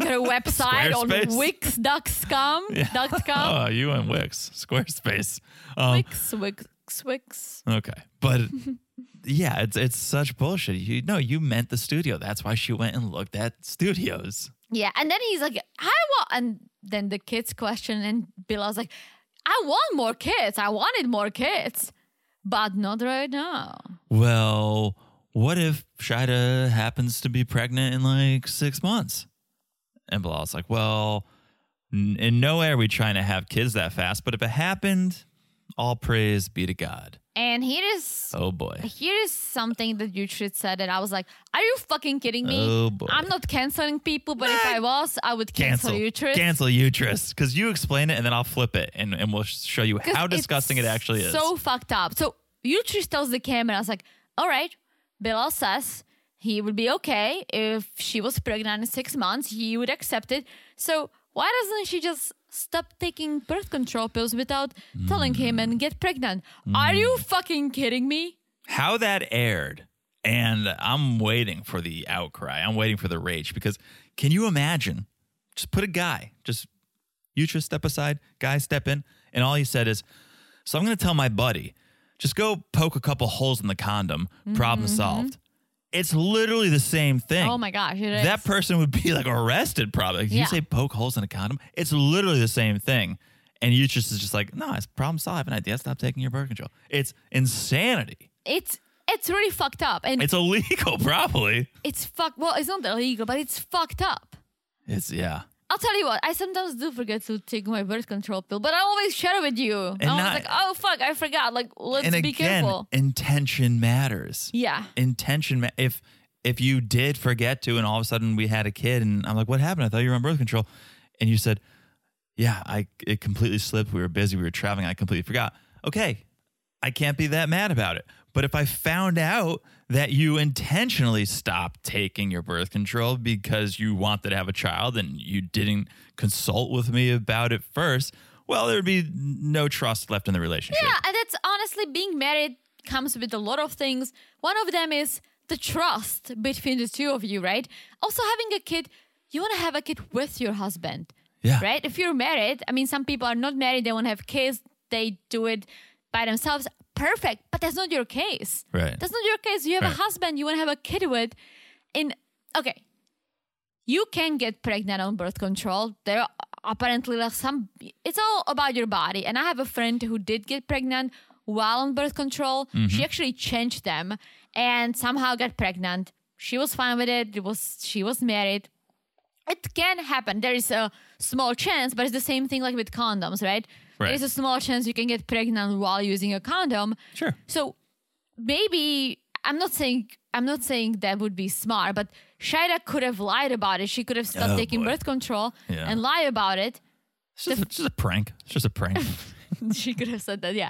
S2: her website on
S1: Squarespace.
S2: Wix.com? Dot com?
S1: Oh, you and Wix, Squarespace. Um,
S2: Wix, Wix, Wix.
S1: Okay, but yeah, it's it's such bullshit. You no, you meant the studio. That's why she went and looked at studios.
S2: Yeah. And then he's like, I want, and then the kids question, and Bilal's like, I want more kids. I wanted more kids, but not right now.
S1: Well, what if Shida happens to be pregnant in like six months? And Bilal's like, well, n- in no way are we trying to have kids that fast. But if it happened, all praise be to God.
S2: And here is
S1: Oh boy,
S2: Here is something that you should said that I was like, "Are you fucking kidding me?
S1: Oh, boy.
S2: I'm not canceling people, but if I was, I would cancel,
S1: cancel
S2: you, Tris.
S1: cancel uterus because you explain it and then I'll flip it and and we'll show you
S2: 'Cause
S1: how
S2: it's
S1: disgusting it actually is.
S2: So fucked up. So Utris tells the camera, "I was like, all right, Bilal says he would be okay if she was pregnant in six months. He would accept it. So why doesn't she just?" Stop taking birth control pills without telling him and get pregnant. Are you
S1: Mm.
S2: fucking kidding me?
S1: how that aired and i'm waiting for the outcry i'm waiting for the rage because can you imagine just put a guy just you just step aside guy step in and all he said is so i'm going to tell my buddy just go poke a couple holes in the condom
S2: Mm-hmm,
S1: problem solved it's literally the same thing
S2: Oh my gosh. it
S1: that
S2: is.
S1: person would be like arrested probably Did
S2: Yeah.
S1: you say poke holes in a condom it's literally the same thing and you just is just like no it's problem solved I have an idea stop taking your birth control it's insanity
S2: it's it's really fucked up. And
S1: it's illegal, probably.
S2: it's fuck. Well, it's not illegal, but it's fucked up.
S1: It's yeah,
S2: I'll tell you what. I sometimes do forget to take my birth control pill, but I always share it with you. And I was
S1: not-
S2: like, oh fuck, I forgot. Like, let's
S1: and
S2: be
S1: again,
S2: careful.
S1: intention matters.
S2: Yeah.
S1: Intention. Ma- if if you did forget to, and all of a sudden we had a kid, and I'm like, what happened? I thought you were on birth control, and you said, yeah, I it completely slipped. We were busy. We were traveling. I completely forgot. Okay, I can't be that mad about it. But if I found out that you intentionally stopped taking your birth control because you wanted to have a child and you didn't consult with me about it first, well, there'd be no trust left in the relationship.
S2: Yeah, and that's honestly being married comes with a lot of things. One of them is the trust between the two of you, right? Also, having a kid, you want to have a kid with your husband,
S1: Yeah.
S2: right? If you're married, I mean, some people are not married, they want to have kids, they do it by themselves. Perfect, but that's not your case.
S1: Right.
S2: That's not your case. You have
S1: Right.
S2: a husband you want to have a kid with. And okay, you can get pregnant on birth control. There are apparently like some, it's all about your body. And I have a friend who did get pregnant while on birth control.
S1: Mm-hmm.
S2: She actually changed them and somehow got pregnant. She was fine with it. It was she was married. It can happen. There is a small chance, but it's the same thing like with condoms, right?
S1: Right.
S2: There is a small chance you can get pregnant while using a condom.
S1: Sure.
S2: So maybe I'm not saying I'm not saying that would be smart, but Shida could have lied about it. She could have stopped
S1: Oh,
S2: taking
S1: boy.
S2: birth control
S1: Yeah.
S2: and lie about it.
S1: It's just, it's just a prank. It's just a prank.
S2: she could have said that, yeah.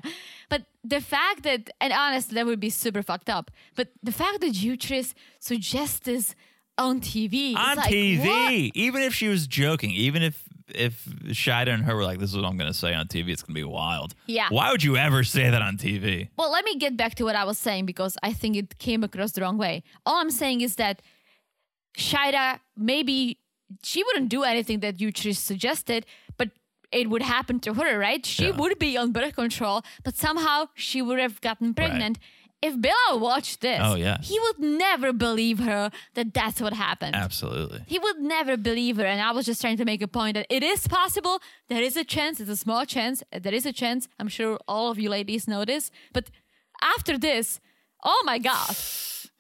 S2: But the fact that and honestly that would be super fucked up. But the fact that you Tris suggest this on TV. it's
S1: on
S2: like,
S1: TV.
S2: what?
S1: Even if she was joking, even if if Shida and her were like, "This is what I'm going to say on TV. It's going to be wild."
S2: Yeah.
S1: Why would you ever say that on TV?
S2: Well, let me get back to what I was saying because I think it came across the wrong way. All I'm saying is that Shida maybe she wouldn't do anything that you just suggested, but it would happen to her, right? She
S1: Yeah.
S2: would be on birth control, but somehow she would have gotten pregnant. If Bilal watched this,
S1: Oh, yeah.
S2: he would never believe her that that's what happened.
S1: Absolutely.
S2: He would never believe her. And I was just trying to make a point that it is possible. There is a chance. It's a small chance. There is a chance. I'm sure all of you ladies know this. But after this, oh my God.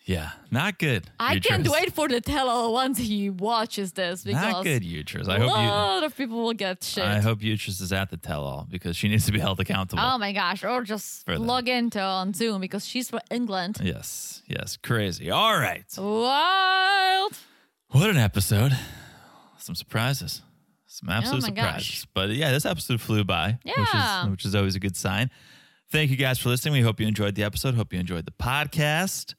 S1: Yeah. Not good.
S2: I can't
S1: Utris.
S2: wait for the tell all once he watches this
S1: Not
S2: because
S1: good, Utris. I
S2: a
S1: hope you.
S2: lot of people will get shit.
S1: I hope Utris is at the tell-all because she needs to be held accountable.
S2: oh my gosh. Or just
S1: For that.
S2: log into on Zoom because she's from England.
S1: yes. Yes. Crazy. All right.
S2: Wild.
S1: What an episode. Some surprises. Some absolute
S2: Oh my
S1: surprises.
S2: gosh.
S1: But yeah, this episode flew by,
S2: Yeah.
S1: which is which is always a good sign. Thank you guys for listening. We hope you enjoyed the episode. Hope you enjoyed the podcast.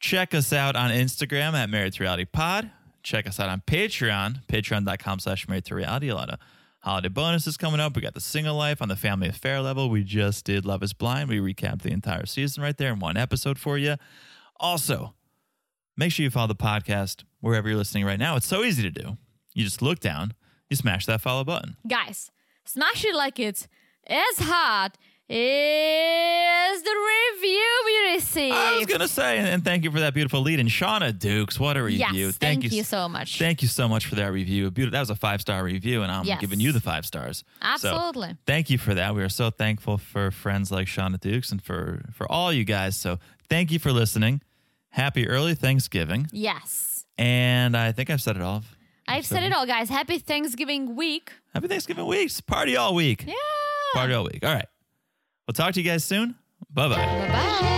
S1: Check us out on Instagram at Married to Reality Pod. Check us out on Patreon, patreon.com slash married to reality. A lot of holiday bonuses coming up. We got the single life on the family affair level. We just did Love is Blind. We recapped the entire season right there in one episode for you. Also, make sure you follow the podcast wherever you're listening right now. It's so easy to do. You just look down, you smash that follow button.
S2: Guys, smash it like it's as hot as the review we received.
S1: I was gonna say, and thank you for that beautiful lead. And Shauna Dukes, what a review!
S2: Yes, thank you so much.
S1: Thank you so much for that review. Beautiful. That was a five star review, and I'm
S2: Yes.
S1: giving you the five stars. So,
S2: Absolutely.
S1: thank you for that. We are so thankful for friends like Shauna Dukes and for for all you guys. So thank you for listening. Happy early Thanksgiving,
S2: yes.
S1: and I think I've said it all.
S2: I've said it all, guys. Happy Thanksgiving week.
S1: Happy Thanksgiving weeks. Party all week.
S2: Yeah.
S1: Party all week. All right. We'll talk to you guys soon. Bye bye.
S2: Bye bye.